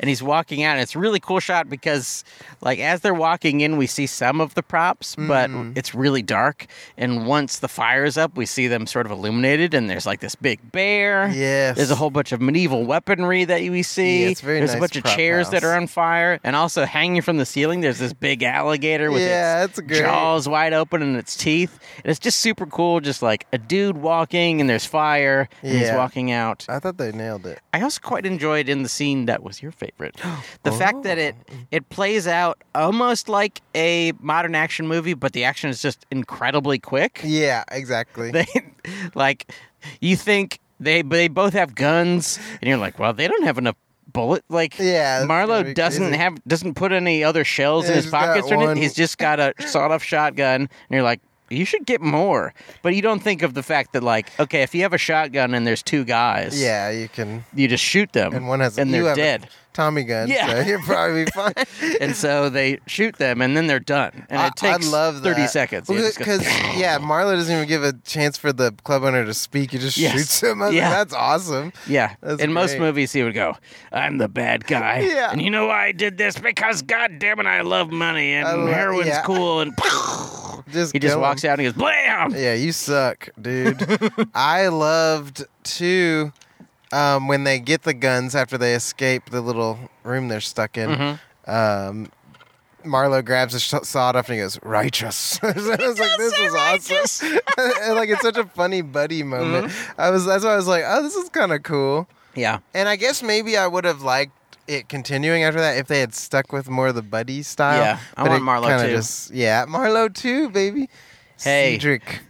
Speaker 4: And he's walking out, and it's a really cool shot because, like, as they're walking in, we see some of the props, but
Speaker 3: Mm-hmm.
Speaker 4: it's really dark. And once the fire's up, we see them sort of illuminated, and there's like this big bear.
Speaker 3: Yes.
Speaker 4: There's a whole bunch of medieval weaponry that we see.
Speaker 3: Yeah, it's very
Speaker 4: there's a
Speaker 3: nice
Speaker 4: bunch of
Speaker 3: prop
Speaker 4: chairs that
Speaker 3: house.
Speaker 4: are on fire, and also hanging from the ceiling, there's this big alligator with
Speaker 3: Yeah,
Speaker 4: its
Speaker 3: it's great.
Speaker 4: jaws wide open and its teeth. And it's just super cool, just like a dude walking, and there's fire, and he's
Speaker 3: Yeah.
Speaker 4: walking out.
Speaker 3: I thought they nailed it.
Speaker 4: I also quite enjoyed in the scene that was your favorite. The fact that it
Speaker 3: Oh.
Speaker 4: it plays out almost like a modern action movie, but the action is just incredibly quick.
Speaker 3: Yeah, exactly.
Speaker 4: They like you think they they both have guns and you're like, well, they don't have enough bullet like
Speaker 3: Yeah, that's gonna
Speaker 4: Marlo
Speaker 3: be
Speaker 4: doesn't
Speaker 3: crazy.
Speaker 4: have doesn't put any other shells in
Speaker 3: Yeah,
Speaker 4: his
Speaker 3: he's got
Speaker 4: pockets or anything.
Speaker 3: one.
Speaker 4: He's just got a sawed off shotgun and you're like you should get more, but you don't think of the fact that, like, okay, if you have a shotgun and there's two guys,
Speaker 3: yeah, you can.
Speaker 4: you just shoot them,
Speaker 3: And one has
Speaker 4: and they're
Speaker 3: you have a
Speaker 4: dead,
Speaker 3: Tommy gun.
Speaker 4: Yeah.
Speaker 3: so you're probably fine.
Speaker 4: and so they shoot them, and then they're done, and
Speaker 3: I,
Speaker 4: it takes
Speaker 3: I love that.
Speaker 4: thirty seconds. Yeah, just go-
Speaker 3: because yeah, Marlo doesn't even give a chance for the club owner to speak. He just
Speaker 4: Yes.
Speaker 3: shoots him. I was like,
Speaker 4: Yeah.
Speaker 3: that's awesome.
Speaker 4: yeah. in
Speaker 3: That's
Speaker 4: most
Speaker 3: great.
Speaker 4: movies he would go,
Speaker 1: I'm the bad guy.
Speaker 3: Yeah.
Speaker 1: And you know why I did this? Because God damn it, I love money and
Speaker 3: I lo-
Speaker 1: heroin's
Speaker 3: yeah.
Speaker 1: cool and
Speaker 3: Just
Speaker 4: he just
Speaker 3: kill him.
Speaker 4: walks out and he goes, blam.
Speaker 3: Yeah, you suck, dude. I loved too um, when they get the guns after they escape the little room they're stuck in.
Speaker 4: Mm-hmm.
Speaker 3: Um, Marlo grabs a sh- sawed off and he goes, "Righteous." I was like, "This is awesome!" And, like it's such a funny buddy moment.
Speaker 4: Mm-hmm.
Speaker 3: I was that's why I was like, "Oh, this is kind of cool."
Speaker 4: Yeah,
Speaker 3: And I guess maybe I would have liked it continuing after that if they had stuck with more of the buddy style.
Speaker 4: Yeah, I
Speaker 3: But
Speaker 4: want
Speaker 3: it
Speaker 4: Marlo
Speaker 3: kinda
Speaker 4: too.
Speaker 3: Just, yeah, Marlo too, baby.
Speaker 4: Hey.
Speaker 3: Cedric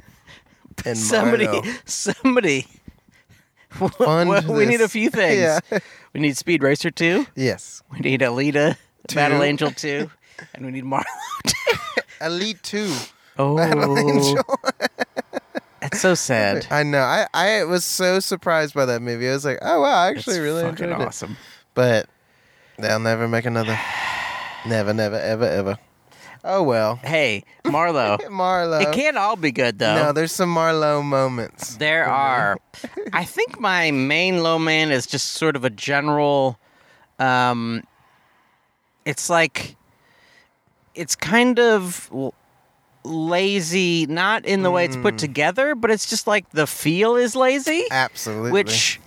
Speaker 3: and
Speaker 4: somebody,
Speaker 3: Marlo.
Speaker 4: somebody. well, we need a
Speaker 3: this.
Speaker 4: few things.
Speaker 3: Yeah.
Speaker 4: We need Speed Racer two.
Speaker 3: Yes,
Speaker 4: We need Alita, Battle Angel two, and we need Marlo.
Speaker 3: Elite Two.
Speaker 4: Oh,
Speaker 3: Battle Angel.
Speaker 4: that's so sad.
Speaker 3: I know. I I was so surprised by that movie. I was like, oh wow, I actually
Speaker 4: It's
Speaker 3: really
Speaker 4: fucking
Speaker 3: enjoyed it.
Speaker 4: awesome.
Speaker 3: But they'll never make another. Never, never, ever, ever. Oh well,
Speaker 4: Hey, Marlo,
Speaker 3: Marlo.
Speaker 4: it can't all be good though.
Speaker 3: No, there's some Marlo moments.
Speaker 4: There are. I think my main low man is just sort of a general. Um, it's like, it's kind of l- lazy, not in the way it's
Speaker 3: Hmm.
Speaker 4: put together, but it's just like the feel is lazy,
Speaker 3: Absolutely.
Speaker 4: which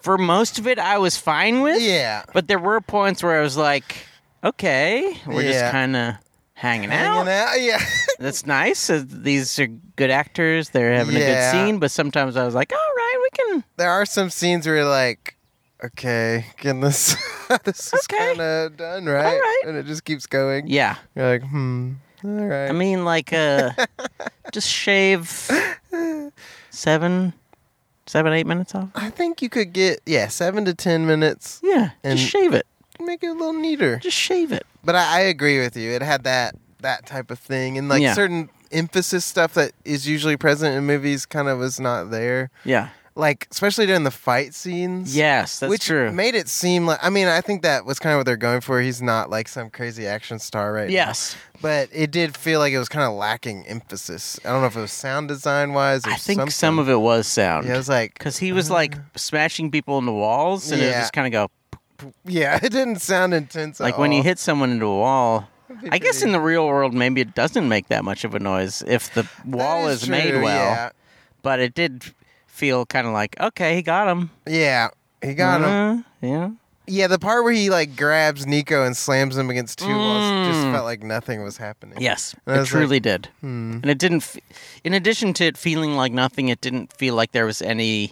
Speaker 4: for most of it I was fine with.
Speaker 3: Yeah.
Speaker 4: But there were points where I was like, okay, we're just
Speaker 3: Yeah.
Speaker 4: kind of hanging out.
Speaker 3: Hanging out, yeah.
Speaker 4: That's nice. Uh, These are good actors. They're having
Speaker 3: Yeah.
Speaker 4: a good scene. But sometimes I was like, all right, we can.
Speaker 3: there are some scenes where you're like, okay, can this this is
Speaker 4: Okay.
Speaker 3: kind of done, right?
Speaker 4: right.
Speaker 3: And it just keeps going.
Speaker 4: Yeah.
Speaker 3: You're like, hmm, all right.
Speaker 4: I mean, like, uh, just shave seven, seven, eight minutes off.
Speaker 3: I think you could get yeah seven to ten minutes,
Speaker 4: Yeah.
Speaker 3: And-
Speaker 4: just shave it.
Speaker 3: make it a little neater.
Speaker 4: Just shave it.
Speaker 3: But I, I agree with you. It had that that type of thing, and like
Speaker 4: Yeah.
Speaker 3: certain emphasis stuff that is usually present in movies kind of was not there.
Speaker 4: Yeah.
Speaker 3: Like especially during the fight scenes.
Speaker 4: Yes, that's
Speaker 3: which
Speaker 4: true.
Speaker 3: made it seem like I mean I think that was kind of what they're going for. He's not like some crazy action star right now.
Speaker 4: yes.
Speaker 3: But it did feel like it was kind of lacking emphasis. I don't know if it was sound design wise or
Speaker 4: I think
Speaker 3: something.
Speaker 4: some of it was sound.
Speaker 3: yeah, it was like uh-huh.
Speaker 4: Because he was like smashing people into walls, and it would
Speaker 3: Yeah.
Speaker 4: just kind of go
Speaker 3: yeah, it didn't sound intense. at
Speaker 4: like when you
Speaker 3: all.
Speaker 4: hit someone into a wall.
Speaker 3: be
Speaker 4: I guess
Speaker 3: pretty-
Speaker 4: in the real world, maybe it doesn't make that much of a noise if the
Speaker 3: That
Speaker 4: wall is, made
Speaker 3: true,
Speaker 4: well.
Speaker 3: yeah.
Speaker 4: But it did feel kind of like okay, he got him.
Speaker 3: Yeah, he got him.
Speaker 4: him. Yeah.
Speaker 3: Yeah, the part where he like grabs Nico and slams him against two walls just felt like nothing was happening.
Speaker 4: Mm. Yes,
Speaker 3: And I
Speaker 4: it
Speaker 3: was hmm.
Speaker 4: truly did. And it didn't. F- in addition to it feeling like nothing, it didn't feel like there was any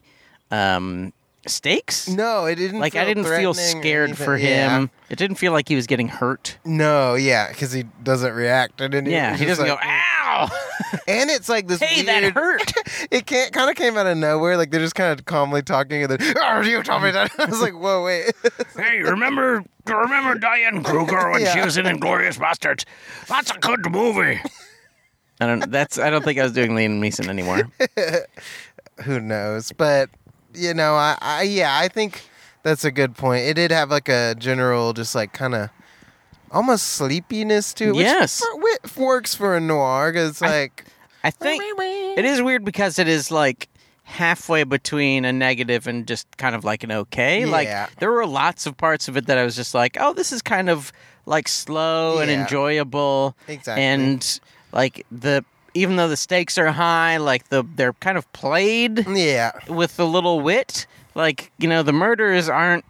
Speaker 4: um, stakes.
Speaker 3: No, it didn't.
Speaker 4: like
Speaker 3: feel
Speaker 4: I didn't feel
Speaker 3: threatening or
Speaker 4: scared
Speaker 3: anything.
Speaker 4: for
Speaker 3: Yeah.
Speaker 4: him. It didn't feel like he was getting hurt.
Speaker 3: No, yeah, because he doesn't react. I didn't.
Speaker 4: Yeah, he doesn't go
Speaker 3: "Mm."
Speaker 4: ow.
Speaker 3: go. And it's like this.
Speaker 4: hey,
Speaker 3: weird,
Speaker 4: that hurt.
Speaker 3: It can't, kind of came out of nowhere. Like they're just kind of calmly talking, and then oh, you told me that. I was like, whoa, wait.
Speaker 1: Hey, remember remember Diane Kruger when she
Speaker 3: Yeah.
Speaker 1: was in Inglorious Bastards? That's a good movie.
Speaker 4: I don't. That's. I don't think I was doing Liam Neeson anymore.
Speaker 3: Who knows? But you know, I, I yeah, I think that's a good point. It did have like a general, just like kind of. Almost sleepiness to it, which
Speaker 4: Yes.
Speaker 3: for- which works for a noir because it's like
Speaker 4: I think it is weird because it is like halfway between a negative and just kind of like an okay.
Speaker 3: Yeah.
Speaker 4: Like there were lots of parts of it that I was just like, oh, this is kind of like slow and
Speaker 3: Yeah.
Speaker 4: enjoyable.
Speaker 3: Exactly.
Speaker 4: And like the even though the stakes are high, like the they're kind of played
Speaker 3: Yeah.
Speaker 4: with a little wit. Like, you know, the murders aren't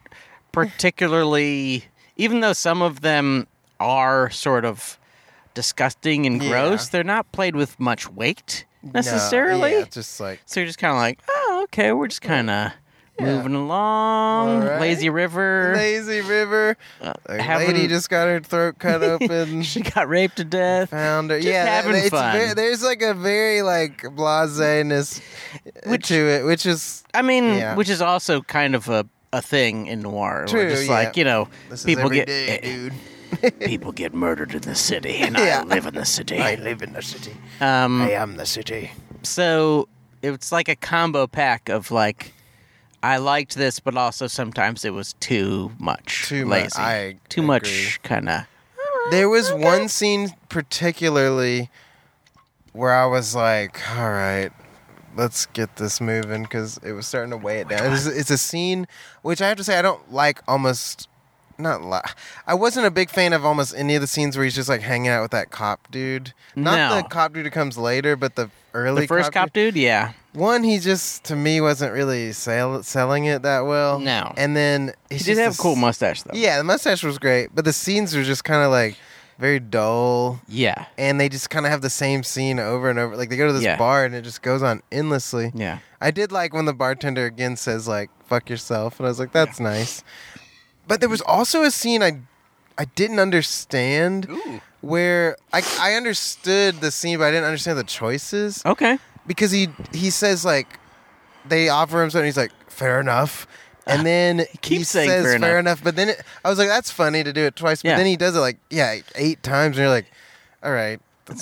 Speaker 4: particularly, even though some of them are sort of disgusting and gross, they're not played with much weight necessarily.
Speaker 3: No, yeah, just like
Speaker 4: So you're just kind of like, oh, okay, we're just kind of moving along.
Speaker 3: All right.
Speaker 4: Lazy River.
Speaker 3: lazy river. A lady
Speaker 4: having-
Speaker 3: just got her throat cut open.
Speaker 4: she got raped to death.
Speaker 3: Found her.
Speaker 4: Just
Speaker 3: yeah,
Speaker 4: having
Speaker 3: it's
Speaker 4: fun.
Speaker 3: Very, there's like a very like blaseness
Speaker 4: Which-
Speaker 3: to it, which is
Speaker 4: I mean,
Speaker 3: Yeah.
Speaker 4: which is also kind of a, a thing in noir. where
Speaker 3: True,
Speaker 4: just
Speaker 3: yeah.
Speaker 4: like, you know,
Speaker 3: this
Speaker 4: people
Speaker 3: is every
Speaker 4: get. eh,
Speaker 3: day, dude.
Speaker 1: People get murdered in the city, and
Speaker 3: Yeah.
Speaker 1: I live in the city.
Speaker 2: I live in the city.
Speaker 4: Um,
Speaker 2: I am the city.
Speaker 4: so it's like a combo pack of like I liked this, but also sometimes it was too much,
Speaker 3: Too mu-
Speaker 4: lazy,
Speaker 3: I
Speaker 4: too
Speaker 3: agree.
Speaker 4: much kind of.
Speaker 3: There was one scene particularly where I was like, all right, let's get this moving because it was starting to weigh it down. It's, it's a scene which I have to say I don't like almost. Not li- I wasn't a big fan of almost any of the scenes where he's just like hanging out with that cop dude. Not
Speaker 4: No.
Speaker 3: the cop dude who comes later, but the early
Speaker 4: The first cop dude, yeah,
Speaker 3: One, he just to me wasn't really sell- selling it that well.
Speaker 4: No.
Speaker 3: and then he's
Speaker 4: he did
Speaker 3: just
Speaker 4: have
Speaker 3: this-
Speaker 4: a cool mustache though.
Speaker 3: Yeah, the mustache was great, but the scenes were just kind of like very dull
Speaker 4: yeah,
Speaker 3: and they just kind of have the same scene over and over. Like they go to this
Speaker 4: Yeah.
Speaker 3: bar and it just goes on endlessly.
Speaker 4: yeah.
Speaker 3: I did like when the bartender again says like "fuck yourself," and I was like, "That's nice." But there was also a scene I I didn't understand where I I understood the scene, but I didn't understand the choices
Speaker 4: Okay,
Speaker 3: because he he says like they offer him something. He's like, "Fair enough." And then he,
Speaker 4: keeps
Speaker 3: says
Speaker 4: saying
Speaker 3: fair
Speaker 4: fair
Speaker 3: enough. but then it, I was like, "That's funny to do it twice." But
Speaker 4: Yeah.
Speaker 3: then he does it like, yeah, eight times, and you're like, "All right."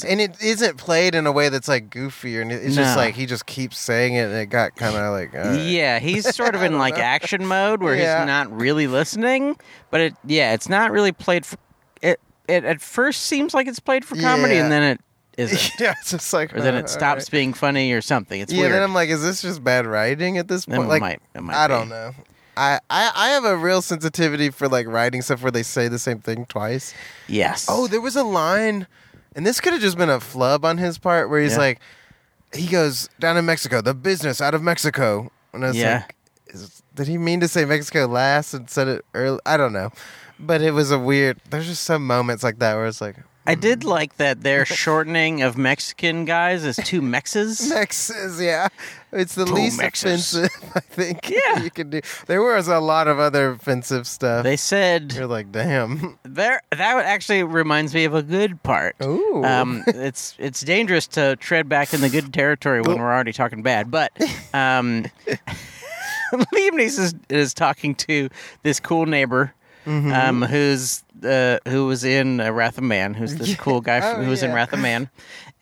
Speaker 3: And it isn't played in a way that's like goofy, or anything. it's just
Speaker 4: No.
Speaker 3: like he just keeps saying it, and it got kind of like, all right.
Speaker 4: yeah. He's sort of in like action mode where
Speaker 3: Yeah.
Speaker 4: he's not really listening, but it, yeah, it's not really played for. It it at first seems like it's played for comedy,
Speaker 3: Yeah.
Speaker 4: and then it isn't,
Speaker 3: yeah, it's just like,
Speaker 4: or then
Speaker 3: uh,
Speaker 4: it
Speaker 3: all
Speaker 4: stops
Speaker 3: right.
Speaker 4: being funny or something. It's
Speaker 3: Yeah,
Speaker 4: weird.
Speaker 3: then I'm like, is this just bad writing at this
Speaker 4: Then
Speaker 3: point?
Speaker 4: it
Speaker 3: like,
Speaker 4: might- it might
Speaker 3: I
Speaker 4: be.
Speaker 3: don't know. I, I I have a real sensitivity for like writing stuff where they say the same thing twice.
Speaker 4: yes.
Speaker 3: Oh, there was a line, and this could have just been a flub on his part where he's
Speaker 4: Yeah.
Speaker 3: like, he goes down in Mexico, the business out of Mexico, and I was
Speaker 4: Yeah.
Speaker 3: like, is, did he mean to say Mexico last and said it early? I don't know, but it was a weird. There's just some moments like that where it's like
Speaker 4: I did like that their shortening of Mexican guys is two Mexes.
Speaker 3: Mexes, yeah, it's the
Speaker 1: Two
Speaker 3: least
Speaker 1: Mexes.
Speaker 3: offensive I think
Speaker 4: Yeah.
Speaker 3: you can do. There was a lot of other offensive stuff.
Speaker 4: They said
Speaker 3: You're like, damn,
Speaker 4: there that would actually reminds me of a good part.
Speaker 3: Ooh.
Speaker 4: Um, it's it's dangerous to tread back in the good territory when we're already talking bad, but um, Liam Neeson is, is talking to this cool neighbor
Speaker 3: Mm-hmm.
Speaker 4: um, who's uh, who was in uh, Wrath of Man, who's this cool guy f-
Speaker 3: Oh,
Speaker 4: who was in
Speaker 3: yeah.
Speaker 4: Wrath of Man,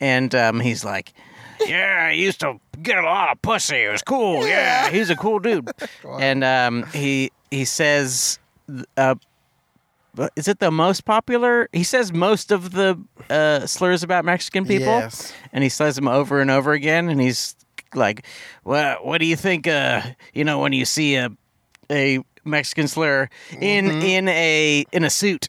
Speaker 4: and um, he's like, "Yeah, I used to get a lot of pussy. It was cool. Yeah, he's a cool dude." and um, he he says, th- uh, but "Is it the most popular?" He says most of the uh, slurs about Mexican people
Speaker 3: Yes.
Speaker 4: and he says them over and over again and he's like well, what do you think uh you know when you see a a mexican slur in
Speaker 3: Mm-hmm.
Speaker 4: in a in a suit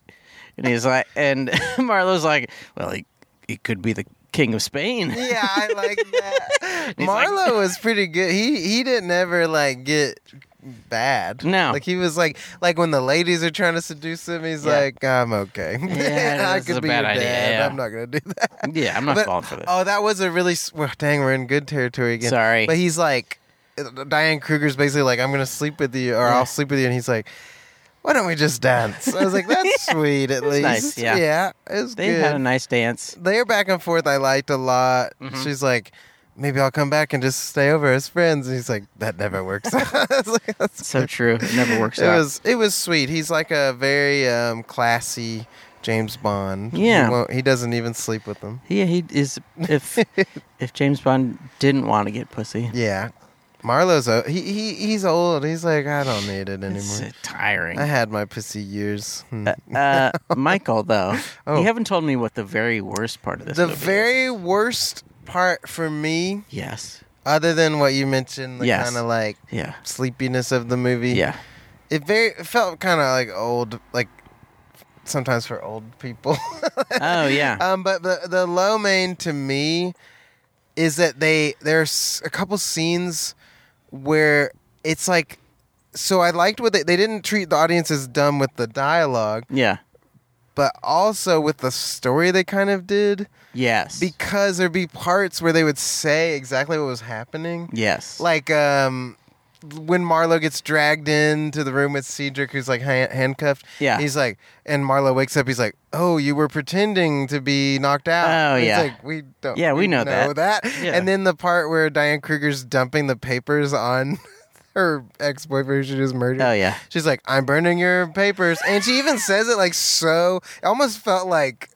Speaker 4: and he's like and marlo's like well he, he could be the king of spain
Speaker 3: Yeah, I like that.
Speaker 4: He's like-
Speaker 3: Marlo was pretty good. He he didn't ever like get bad.
Speaker 4: No.
Speaker 3: like he was like like when the ladies are trying to seduce him, he's
Speaker 4: Yeah.
Speaker 3: like, I'm okay.
Speaker 4: Yeah,
Speaker 3: I
Speaker 4: this is a
Speaker 3: could be
Speaker 4: bad
Speaker 3: your
Speaker 4: idea,
Speaker 3: dad.
Speaker 4: yeah.
Speaker 3: I'm not gonna do that.
Speaker 4: yeah i'm not
Speaker 3: But-
Speaker 4: falling for this
Speaker 3: Oh, that was a really s- well, dang. We're in good territory again.
Speaker 4: Sorry.
Speaker 3: but he's like Diane Kruger's basically like, I'm gonna sleep with you, or I'll sleep with you, and he's like. Why don't we just dance? I was like, that's sweet at least.
Speaker 4: nice, yeah.
Speaker 3: yeah, it was
Speaker 4: they
Speaker 3: good
Speaker 4: had a nice dance
Speaker 3: their back and forth I liked a lot.
Speaker 4: Mm-hmm.
Speaker 3: She's like, maybe I'll come back and just stay over as friends. And he's like, that never works. I was like, "That's
Speaker 4: so true it never works
Speaker 3: it
Speaker 4: out
Speaker 3: was it was sweet. He's like a very um, classy James Bond.
Speaker 4: Yeah.
Speaker 3: he, won't- he doesn't even sleep with them.
Speaker 4: yeah he is if if james bond didn't want to get pussy
Speaker 3: Yeah, Marlo's o- he, he he's old. He's like, I don't need it
Speaker 4: it's
Speaker 3: anymore.
Speaker 4: uh, tiring
Speaker 3: I had my pussy years. Hmm.
Speaker 4: uh, Michael, though,
Speaker 3: Oh.
Speaker 4: you haven't told me what the very worst part of this.
Speaker 3: the
Speaker 4: movie is.
Speaker 3: very worst part for me,
Speaker 4: yes,
Speaker 3: other than what you mentioned, the
Speaker 4: Yes.
Speaker 3: kind of like
Speaker 4: yeah,
Speaker 3: sleepiness of the movie.
Speaker 4: yeah,
Speaker 3: it very it felt kind of like old like sometimes for old people
Speaker 4: oh yeah,
Speaker 3: um but the the low main to me is that they there's a couple scenes where it's like so i liked what they, they didn't treat the audience as dumb with the dialogue
Speaker 4: yeah,
Speaker 3: but also with the story they kind of did
Speaker 4: yes,
Speaker 3: because there'd be parts where they would say exactly what was happening
Speaker 4: yes,
Speaker 3: like um when Marlo gets dragged into the room with Cedric, who's like ha- handcuffed,
Speaker 4: Yeah.
Speaker 3: he's like, and Marlo wakes up, he's like, "Oh, you were pretending to be knocked out."
Speaker 4: Oh,
Speaker 3: It's
Speaker 4: yeah.
Speaker 3: like we don't.
Speaker 4: Yeah, we know
Speaker 3: that.
Speaker 4: Yeah.
Speaker 3: And then the part where Diane Kruger's dumping the papers on her ex boyfriend who she just murdered.
Speaker 4: oh yeah,
Speaker 3: She's like, "I'm burning your papers," and she even says it like so. It almost felt like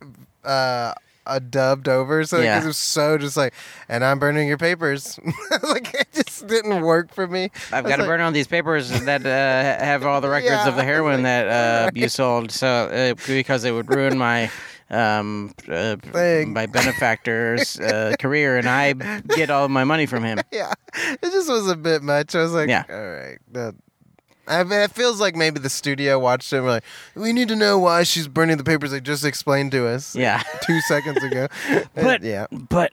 Speaker 3: uh, a dubbed over, so
Speaker 4: Yeah.
Speaker 3: because it was so just like, "And I'm burning your papers." like it just didn't work for me.
Speaker 4: I've got to burn all these papers that uh, have all the records
Speaker 3: Yeah,
Speaker 4: of the
Speaker 3: I was
Speaker 4: heroin that uh, you sold, so uh, because it would ruin my. Um, uh,
Speaker 3: Thing.
Speaker 4: my benefactor's uh, career, and I get all my money from him.
Speaker 3: Yeah, it just was a bit much. I was like,
Speaker 4: Yeah.
Speaker 3: "All right." that- I mean, it feels like maybe the studio watched it and were like, we need to know why she's burning the papers they just explained to us
Speaker 4: Yeah,
Speaker 3: two seconds ago.
Speaker 4: but
Speaker 3: Uh, yeah.
Speaker 4: but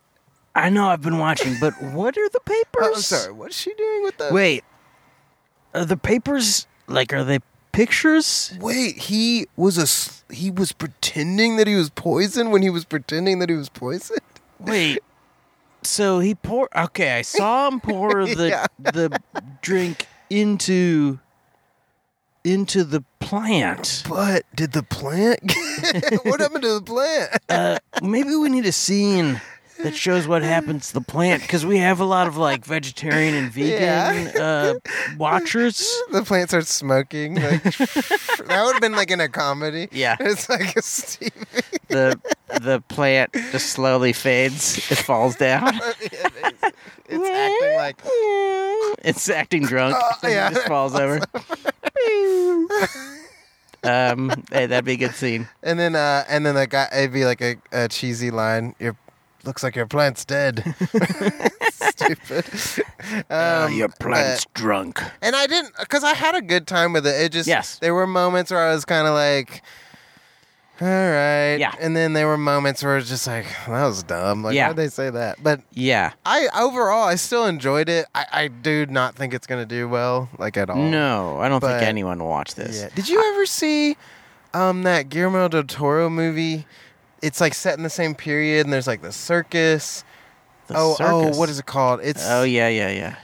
Speaker 4: I know I've been watching, but what are the papers?
Speaker 3: Oh, I'm sorry, what's she doing with the.
Speaker 4: Wait, are the papers like are they pictures?
Speaker 3: Wait, he was a s- he was pretending that he was poisoned when he was pretending that he was poisoned.
Speaker 4: Wait, so he pour? Okay, I saw him pour the
Speaker 3: Yeah.
Speaker 4: the drink into into the plant.
Speaker 3: But did the plant? what happened to the plant?
Speaker 4: Uh, maybe we need a scene that shows what happens to the plant because we have a lot of like vegetarian and vegan uh, watchers.
Speaker 3: The plant starts smoking. Like, that would have been like in a comedy.
Speaker 4: Yeah.
Speaker 3: it's like a Steve.
Speaker 4: The the plant just slowly fades. It falls down.
Speaker 3: it's, it's acting like
Speaker 4: it's acting drunk. and
Speaker 3: Oh, yeah.
Speaker 4: it just falls over. um, hey, that'd be a good scene.
Speaker 3: And then uh and then the guy it'd be like a, a cheesy line. Your looks like your plant's dead. Stupid. Um,
Speaker 1: your
Speaker 3: but-
Speaker 1: plant's drunk.
Speaker 3: and I didn't because I had a good time with it. It just
Speaker 4: Yes.
Speaker 3: there were moments where I was kind of like. All right.
Speaker 4: Yeah.
Speaker 3: And then there were moments where it's just like, that was dumb. Like,
Speaker 4: Yeah.
Speaker 3: why'd they say that? But
Speaker 4: Yeah.
Speaker 3: I overall, I still enjoyed it. I, I do not think it's going to do well, like at all.
Speaker 4: No, I don't
Speaker 3: Oh, But-
Speaker 4: think anyone will watch this.
Speaker 3: Yeah. Did you ever see um that Guillermo del Toro movie? It's like set in the same period, and there's like the circus.
Speaker 4: The
Speaker 3: oh,
Speaker 4: circus.
Speaker 3: oh, what is it Oh, called? It's
Speaker 4: Oh yeah, yeah, yeah.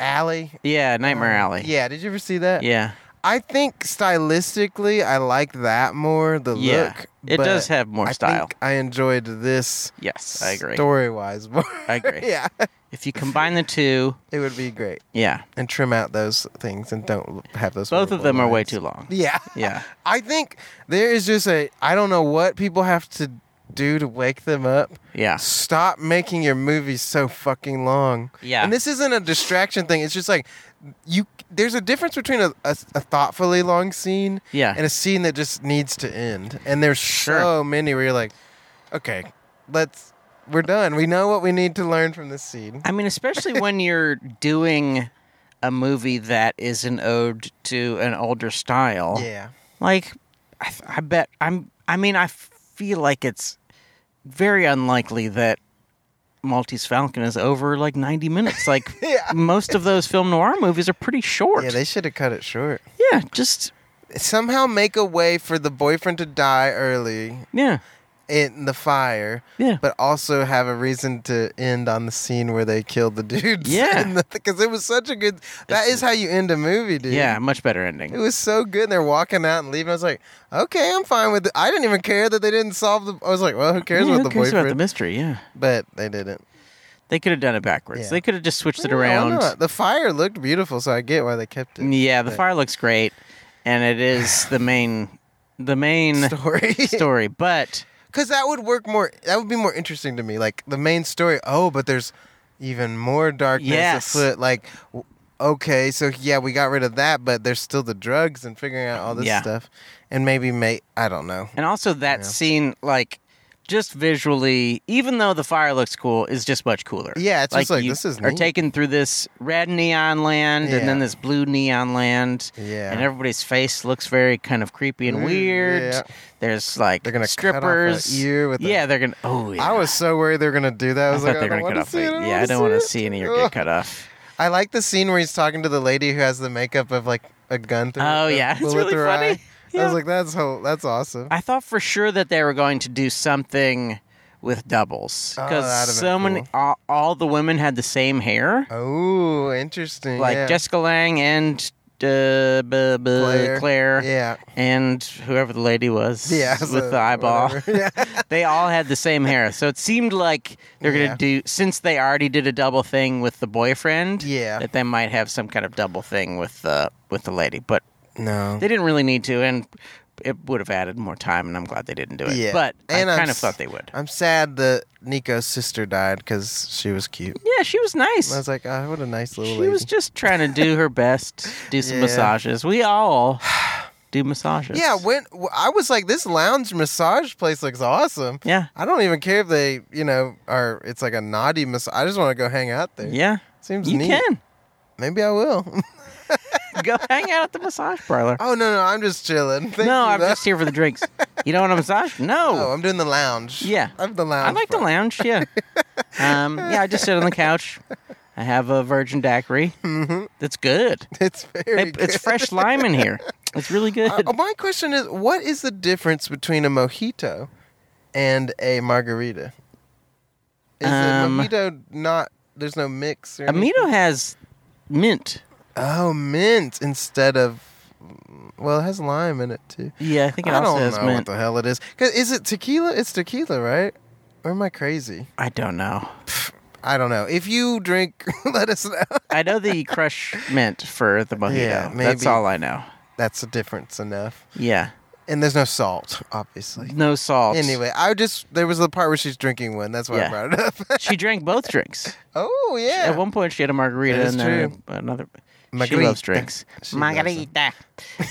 Speaker 3: Alley.
Speaker 4: Yeah, Nightmare Alley.
Speaker 3: Yeah. Did you ever see that?
Speaker 4: Yeah.
Speaker 3: I think stylistically, I like that more. The
Speaker 4: Yeah,
Speaker 3: look.
Speaker 4: it
Speaker 3: but
Speaker 4: does have more
Speaker 3: I
Speaker 4: style.
Speaker 3: think I enjoyed this.
Speaker 4: Yes, I agree.
Speaker 3: Story wise, more.
Speaker 4: I agree.
Speaker 3: yeah,
Speaker 4: If you combine the two,
Speaker 3: it would be great.
Speaker 4: yeah,
Speaker 3: And trim out those things and don't have those.
Speaker 4: both of
Speaker 3: horrible
Speaker 4: them are way
Speaker 3: lines.
Speaker 4: too long.
Speaker 3: Yeah.
Speaker 4: Yeah.
Speaker 3: I think there is just a I don't know what people have to do to wake them up.
Speaker 4: Yeah.
Speaker 3: Stop making your movies so fucking long.
Speaker 4: Yeah.
Speaker 3: And this isn't a distraction thing. It's just like you there's a difference between a, a, a thoughtfully long scene
Speaker 4: Yeah.
Speaker 3: and a scene that just needs to end. And there's so many where you're like, okay, let's we're done. We know what we need to learn from this scene.
Speaker 4: I mean, especially when you're doing a movie that is an ode to an older style.
Speaker 3: Yeah.
Speaker 4: Like, I, th- I bet I'm. I mean, I feel like it's very unlikely that Maltese Falcon is over like 90 minutes. Like, most of those film noir movies are pretty short.
Speaker 3: Yeah, they should have cut it short.
Speaker 4: yeah just
Speaker 3: Somehow make a way for the boyfriend to die early
Speaker 4: yeah,
Speaker 3: in the fire,
Speaker 4: Yeah.
Speaker 3: but also have a reason to end on the scene where they killed the dudes.
Speaker 4: Yeah.
Speaker 3: because it was such a good. That is how you end a movie, dude.
Speaker 4: yeah. Much better
Speaker 3: it
Speaker 4: ending.
Speaker 3: was so good. And they're walking out and leaving. I was like, okay, I'm fine with it. I didn't even care that they didn't solve the. I was like, well, who cares
Speaker 4: Yeah,
Speaker 3: about
Speaker 4: who
Speaker 3: the
Speaker 4: cares about the
Speaker 3: boyfriend?
Speaker 4: mystery? Yeah,
Speaker 3: but they didn't.
Speaker 4: they could have done it backwards.
Speaker 3: Yeah.
Speaker 4: They could have just switched it
Speaker 3: Yeah, why
Speaker 4: around.
Speaker 3: not? The fire looked beautiful, so I get why they kept it.
Speaker 4: Yeah, the fire looks great, and it is the main, the main
Speaker 3: Story.
Speaker 4: story. But
Speaker 3: because that would work more. That would be more interesting to me. Like the main story. Oh, but there's even more darkness
Speaker 4: Yes.
Speaker 3: afoot. Like, w- okay, so yeah, we got rid of that, but there's still the drugs and figuring out all this
Speaker 4: Yeah.
Speaker 3: stuff, and maybe make I don't know.
Speaker 4: and also that scene, like, just visually, even though the fire looks cool, is just much cooler.
Speaker 3: Yeah, it's just like,
Speaker 4: you
Speaker 3: this is
Speaker 4: are
Speaker 3: neat.
Speaker 4: taken through this red neon land, and then
Speaker 3: Yeah.
Speaker 4: this blue neon land.
Speaker 3: Yeah.
Speaker 4: and everybody's face looks very kind of creepy and
Speaker 3: Mm,
Speaker 4: weird.
Speaker 3: yeah.
Speaker 4: There's like
Speaker 3: They're gonna cut off a
Speaker 4: strippers.
Speaker 3: ear with a-
Speaker 4: yeah, they're gonna. Oh yeah.
Speaker 3: I was so worried they were gonna do that. I
Speaker 4: I
Speaker 3: was
Speaker 4: thought they
Speaker 3: like,
Speaker 4: were
Speaker 3: I don't
Speaker 4: gonna cut
Speaker 3: want to
Speaker 4: off.
Speaker 3: see
Speaker 4: the-
Speaker 3: it.
Speaker 4: yeah, I don't want to see
Speaker 3: it.
Speaker 4: any of
Speaker 3: Ugh.
Speaker 4: your get cut off.
Speaker 3: I like the scene where he's talking to the lady who has the makeup of like a gun. Through,
Speaker 4: Oh,
Speaker 3: a
Speaker 4: yeah, it's
Speaker 3: bullet
Speaker 4: really
Speaker 3: through her
Speaker 4: funny.
Speaker 3: eye. I
Speaker 4: Yeah.
Speaker 3: was like, that's whole, that's awesome.
Speaker 4: I thought for sure that they were going to do something with doubles
Speaker 3: Oh,
Speaker 4: because
Speaker 3: that'd have
Speaker 4: so
Speaker 3: been
Speaker 4: many all, all the women had the same hair,
Speaker 3: oh, interesting.
Speaker 4: like
Speaker 3: yeah.
Speaker 4: Jessica Lang and uh, b- b- Claire,
Speaker 3: Claire. Yeah.
Speaker 4: and whoever the lady was,
Speaker 3: Yeah,
Speaker 4: with
Speaker 3: so
Speaker 4: the eyeball.
Speaker 3: whatever. Yeah.
Speaker 4: they all had the same hair, so it seemed like they're
Speaker 3: Yeah.
Speaker 4: gonna do since they already did a double thing with the boyfriend.
Speaker 3: Yeah.
Speaker 4: that they might have some kind of double thing with the with the lady, but
Speaker 3: No.
Speaker 4: They didn't really need to, and it would have added more time, and I'm glad they didn't do it.
Speaker 3: Yeah.
Speaker 4: But
Speaker 3: And
Speaker 4: I
Speaker 3: I'm
Speaker 4: kind of
Speaker 3: s-
Speaker 4: thought they would.
Speaker 3: I'm sad that Nico's sister died because she was cute.
Speaker 4: Yeah, she was nice.
Speaker 3: I was like, oh, what a nice little
Speaker 4: she
Speaker 3: lady.
Speaker 4: was just trying to do her best, do some
Speaker 3: Yeah.
Speaker 4: massages. We all do massages.
Speaker 3: yeah, when w- I was like, this lounge massage place looks awesome.
Speaker 4: Yeah.
Speaker 3: I don't even care if they, you know, are it's like a naughty massage. I just want to go hang out there.
Speaker 4: yeah.
Speaker 3: seems
Speaker 4: You
Speaker 3: neat.
Speaker 4: can
Speaker 3: Maybe I will.
Speaker 4: go hang out at the massage parlor.
Speaker 3: oh no, no, I'm just chilling. Thank
Speaker 4: no,
Speaker 3: you,
Speaker 4: I'm
Speaker 3: though.
Speaker 4: just here for the drinks. You don't want a massage?
Speaker 3: Oh,
Speaker 4: No.
Speaker 3: I'm doing the lounge.
Speaker 4: Yeah.
Speaker 3: I'm the
Speaker 4: I
Speaker 3: lounge.
Speaker 4: like the
Speaker 3: part.
Speaker 4: lounge. Yeah. um, yeah, I just sit on the couch. I have a virgin daiquiri. Mm-hmm. That's good.
Speaker 3: It's very.
Speaker 4: Hey,
Speaker 3: good.
Speaker 4: it's fresh lime in here. It's really good.
Speaker 3: Uh, my question is, what is the difference between a mojito and a margarita? Is
Speaker 4: Um,
Speaker 3: a mojito not? There's no mix. Or anything?
Speaker 4: Amito has mint.
Speaker 3: Oh, mint instead of. Well, it has lime in it too.
Speaker 4: Yeah, I think it
Speaker 3: I
Speaker 4: also
Speaker 3: don't
Speaker 4: has
Speaker 3: know what
Speaker 4: mint.
Speaker 3: the hell it is. 'Cause Is it tequila? It's tequila, right? Or am I crazy?
Speaker 4: I don't know.
Speaker 3: I don't know. If you drink, let us know.
Speaker 4: I know the crush mint for the mojito.
Speaker 3: Yeah,
Speaker 4: That's
Speaker 3: maybe.
Speaker 4: all I know.
Speaker 3: That's a difference enough.
Speaker 4: Yeah,
Speaker 3: And there's no salt, obviously.
Speaker 4: no salt.
Speaker 3: Anyway, I just there was the part where she's drinking one. That's why
Speaker 4: Yeah.
Speaker 3: I brought it up.
Speaker 4: she drank both drinks.
Speaker 3: oh yeah.
Speaker 4: At one point, she had a margarita
Speaker 3: That is
Speaker 4: and then
Speaker 3: true.
Speaker 4: another. She
Speaker 3: Margarita.
Speaker 4: loves drinks.
Speaker 3: She loves them.
Speaker 4: margarita.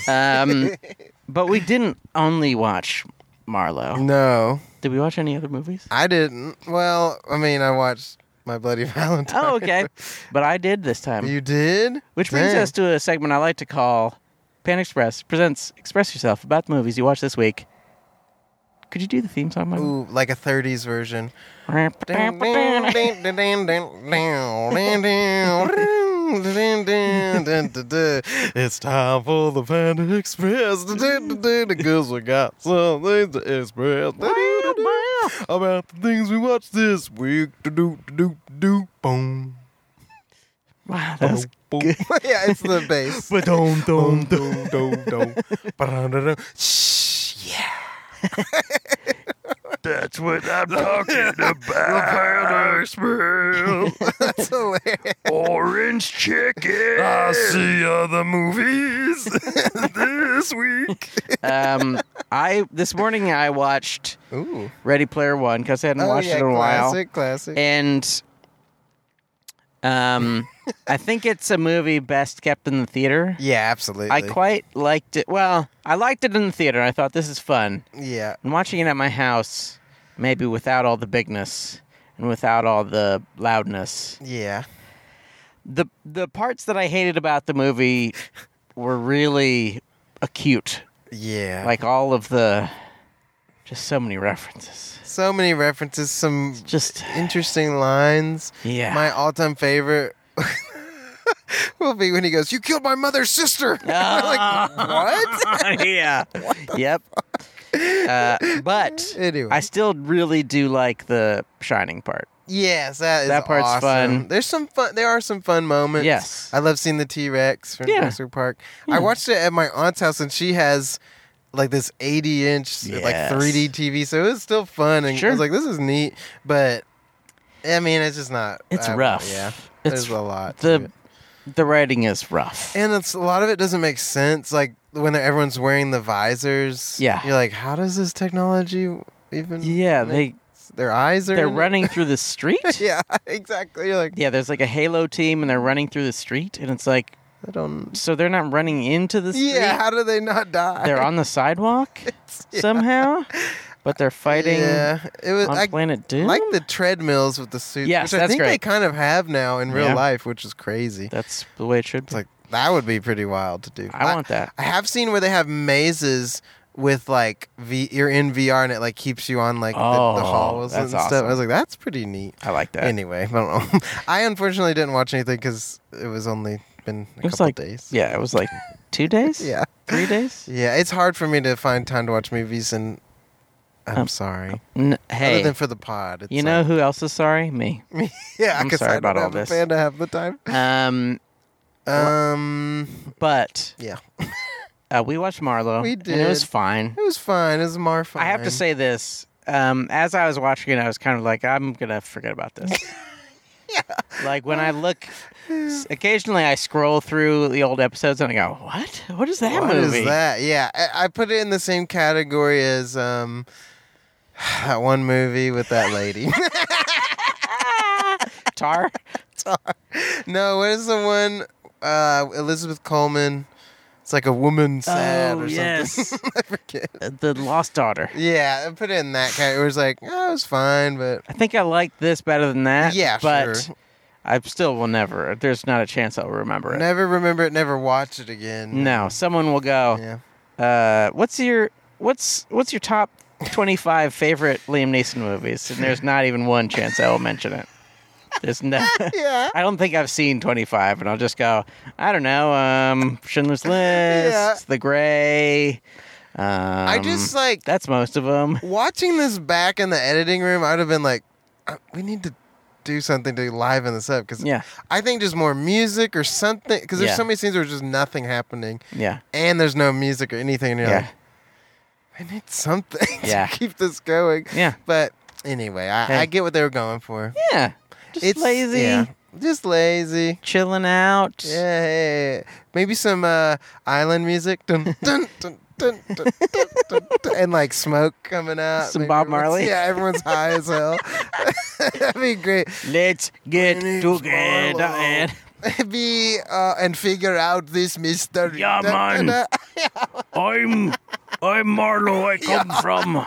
Speaker 4: um, but we didn't only watch Marlowe.
Speaker 3: No,
Speaker 4: Did we watch any other movies?
Speaker 3: I didn't. Well, I mean, I watched My Bloody Valentine.
Speaker 4: Oh, okay. But I did this time.
Speaker 3: You did?
Speaker 4: Oh. Which brings
Speaker 3: Dang.
Speaker 4: us to a segment I like to call Pan Express presents Express Yourself about the movies you watched this week. Could you do the theme song? Michael?
Speaker 3: Ooh, like a 30s version.
Speaker 4: I
Speaker 3: it's time for the Panda Express. Because we got something to express about the things we watched this week. Do do do do boom.
Speaker 4: Wow, that was
Speaker 3: boom. yeah, it's the bass.
Speaker 4: But don't, don't,
Speaker 3: Dum, dum, dum. Ba-da-da-da. Shh, yeah.
Speaker 1: That's what I'm talking about.
Speaker 3: That's hilarious.
Speaker 1: Orange chicken.
Speaker 3: I'll see other movies this week.
Speaker 4: Um, I this morning I watched
Speaker 3: Ooh.
Speaker 4: Ready Player One because I hadn't watched it in a
Speaker 3: Oh, classic,
Speaker 4: while,
Speaker 3: classic.
Speaker 4: and um, I think it's a movie best kept in the theater.
Speaker 3: yeah, absolutely.
Speaker 4: I quite liked it. Well, I liked it in the theater. I thought this is fun.
Speaker 3: yeah.
Speaker 4: And watching it at my house, maybe without all the bigness and without all the loudness.
Speaker 3: Yeah.
Speaker 4: The the parts that I hated about the movie were really acute.
Speaker 3: Yeah.
Speaker 4: Like all of the just so many references.
Speaker 3: so many references, some
Speaker 4: Just
Speaker 3: interesting lines.
Speaker 4: yeah.
Speaker 3: My all time favorite will be when he goes, You killed my mother's sister. I'm
Speaker 4: Ah.
Speaker 3: like, what?
Speaker 4: yeah. Yep. Uh, but
Speaker 3: Anyway.
Speaker 4: I still really do like the Shining part.
Speaker 3: Yes, that is
Speaker 4: That part's
Speaker 3: awesome.
Speaker 4: fun.
Speaker 3: There's some fun. There are some fun moments.
Speaker 4: Yes.
Speaker 3: I love seeing the T Rex from
Speaker 4: Yeah.
Speaker 3: Jurassic Park. I watched it at my aunt's house, and she has like this 80 inch like
Speaker 4: Yes.
Speaker 3: 3D TV, so it was still fun. And
Speaker 4: Sure.
Speaker 3: I was like, this is neat, but I mean, it's just not.
Speaker 4: It's
Speaker 3: I-
Speaker 4: rough.
Speaker 3: Yeah,
Speaker 4: It's
Speaker 3: there's a lot. to
Speaker 4: The
Speaker 3: it.
Speaker 4: the writing is rough.
Speaker 3: and it's a lot of it doesn't make sense. Like when they're- everyone's wearing the visors.
Speaker 4: Yeah.
Speaker 3: you're like, how does this technology even?
Speaker 4: yeah,
Speaker 3: make-
Speaker 4: they
Speaker 3: their eyes are
Speaker 4: they're
Speaker 3: in it?
Speaker 4: running through the street.
Speaker 3: Yeah, exactly. You're like,
Speaker 4: Yeah, there's like a Halo team and they're running through the street and it's like
Speaker 3: I don't.
Speaker 4: so they're not running into the street.
Speaker 3: Yeah, how do they not die?
Speaker 4: They're on the sidewalk somehow. But they're fighting
Speaker 3: Yeah, it was.
Speaker 4: on
Speaker 3: I
Speaker 4: Planet Doom.
Speaker 3: like the treadmills with the suits,
Speaker 4: Yes,
Speaker 3: which I
Speaker 4: that's
Speaker 3: think they
Speaker 4: great.
Speaker 3: kind of have now in real
Speaker 4: Yeah.
Speaker 3: life, which is crazy.
Speaker 4: That's the way it should
Speaker 3: It's
Speaker 4: be.
Speaker 3: like that would be pretty wild to do.
Speaker 4: I want that.
Speaker 3: I have seen where they have mazes with like V. You're in VR and it like keeps you on like the,
Speaker 4: Oh,
Speaker 3: the halls and
Speaker 4: that's
Speaker 3: stuff.
Speaker 4: awesome.
Speaker 3: I was like, that's pretty neat.
Speaker 4: I like that.
Speaker 3: Anyway, I don't know. I unfortunately didn't watch anything because it was only been a
Speaker 4: it was
Speaker 3: couple
Speaker 4: like
Speaker 3: days.
Speaker 4: yeah, it was like two days.
Speaker 3: Yeah.
Speaker 4: three days.
Speaker 3: Yeah, it's hard for me to find time to watch movies, and I'm sorry.
Speaker 4: N- Um, hey,
Speaker 3: Other than for the pod, it's
Speaker 4: you
Speaker 3: like-
Speaker 4: know who else is sorry? Me.
Speaker 3: yeah,
Speaker 4: I'm
Speaker 3: 'cause
Speaker 4: sorry
Speaker 3: I
Speaker 4: about
Speaker 3: don't
Speaker 4: all
Speaker 3: have
Speaker 4: this.
Speaker 3: A fan to have the time.
Speaker 4: Um,
Speaker 3: Um,
Speaker 4: but
Speaker 3: yeah,
Speaker 4: uh, we watched Marlowe.
Speaker 3: We
Speaker 4: And it was
Speaker 3: did.
Speaker 4: fine.
Speaker 3: it was fine. It was more fine.
Speaker 4: I have to say this. Um, as I was watching it, I was kind of like, I'm gonna forget about this. Like when I look, s- occasionally I scroll through the old episodes and I go, "What? What is that
Speaker 3: What
Speaker 4: movie?"
Speaker 3: is that? Yeah, I, I put it in the same category as um that one movie with that lady.
Speaker 4: Tar.
Speaker 3: no, what is the one? Uh, Elizabeth Coleman. It's like a woman sad
Speaker 4: oh
Speaker 3: or
Speaker 4: yes,
Speaker 3: something. I forget.
Speaker 4: the Lost Daughter.
Speaker 3: Yeah, I put it in that category. It was like, oh, it was fine, but
Speaker 4: I think I like this better than that.
Speaker 3: Yeah,
Speaker 4: but
Speaker 3: sure.
Speaker 4: I still will never. There's not a chance I'll remember it.
Speaker 3: never remember it. Never watch it again.
Speaker 4: No, someone will go.
Speaker 3: Yeah.
Speaker 4: Uh, what's your what's what's your top twenty five favorite Liam Neeson movies? And there's not even one chance I will mention it. There's no.
Speaker 3: Yeah.
Speaker 4: I don't think I've seen twenty five, and I'll just go. I don't know. Um, Schindler's List,
Speaker 3: Yeah.
Speaker 4: The Gray. Um,
Speaker 3: I just like
Speaker 4: that's most of them.
Speaker 3: watching this back in the editing room, I'd have been like, "Uh, we need to do something to liven this up because
Speaker 4: Yeah.
Speaker 3: I think just more music or something because there's
Speaker 4: Yeah.
Speaker 3: so many scenes where just nothing happening
Speaker 4: Yeah.
Speaker 3: and there's no music or anything, and you're
Speaker 4: Yeah.
Speaker 3: like, I need something
Speaker 4: Yeah.
Speaker 3: to keep this going.
Speaker 4: Yeah.
Speaker 3: But anyway, I,
Speaker 4: Hey.
Speaker 3: I get what they were going for.
Speaker 4: Yeah. Just lazy.
Speaker 3: yeah, just lazy.
Speaker 4: Chilling out.
Speaker 3: Yeah, hey, hey. maybe some uh, island music, dun, dun, dun, dun, dun, dun, dun, dun, and like smoke coming out.
Speaker 4: Some
Speaker 3: Maybe
Speaker 4: Bob
Speaker 3: everyone's-
Speaker 4: Marley.
Speaker 3: Yeah, everyone's high as hell. That'd be great.
Speaker 4: Let's get
Speaker 3: My name's
Speaker 4: together
Speaker 3: Marlo.
Speaker 4: and
Speaker 3: be uh, and figure out this mystery.
Speaker 1: Yeah, man. I'm I'm Marlo. I come from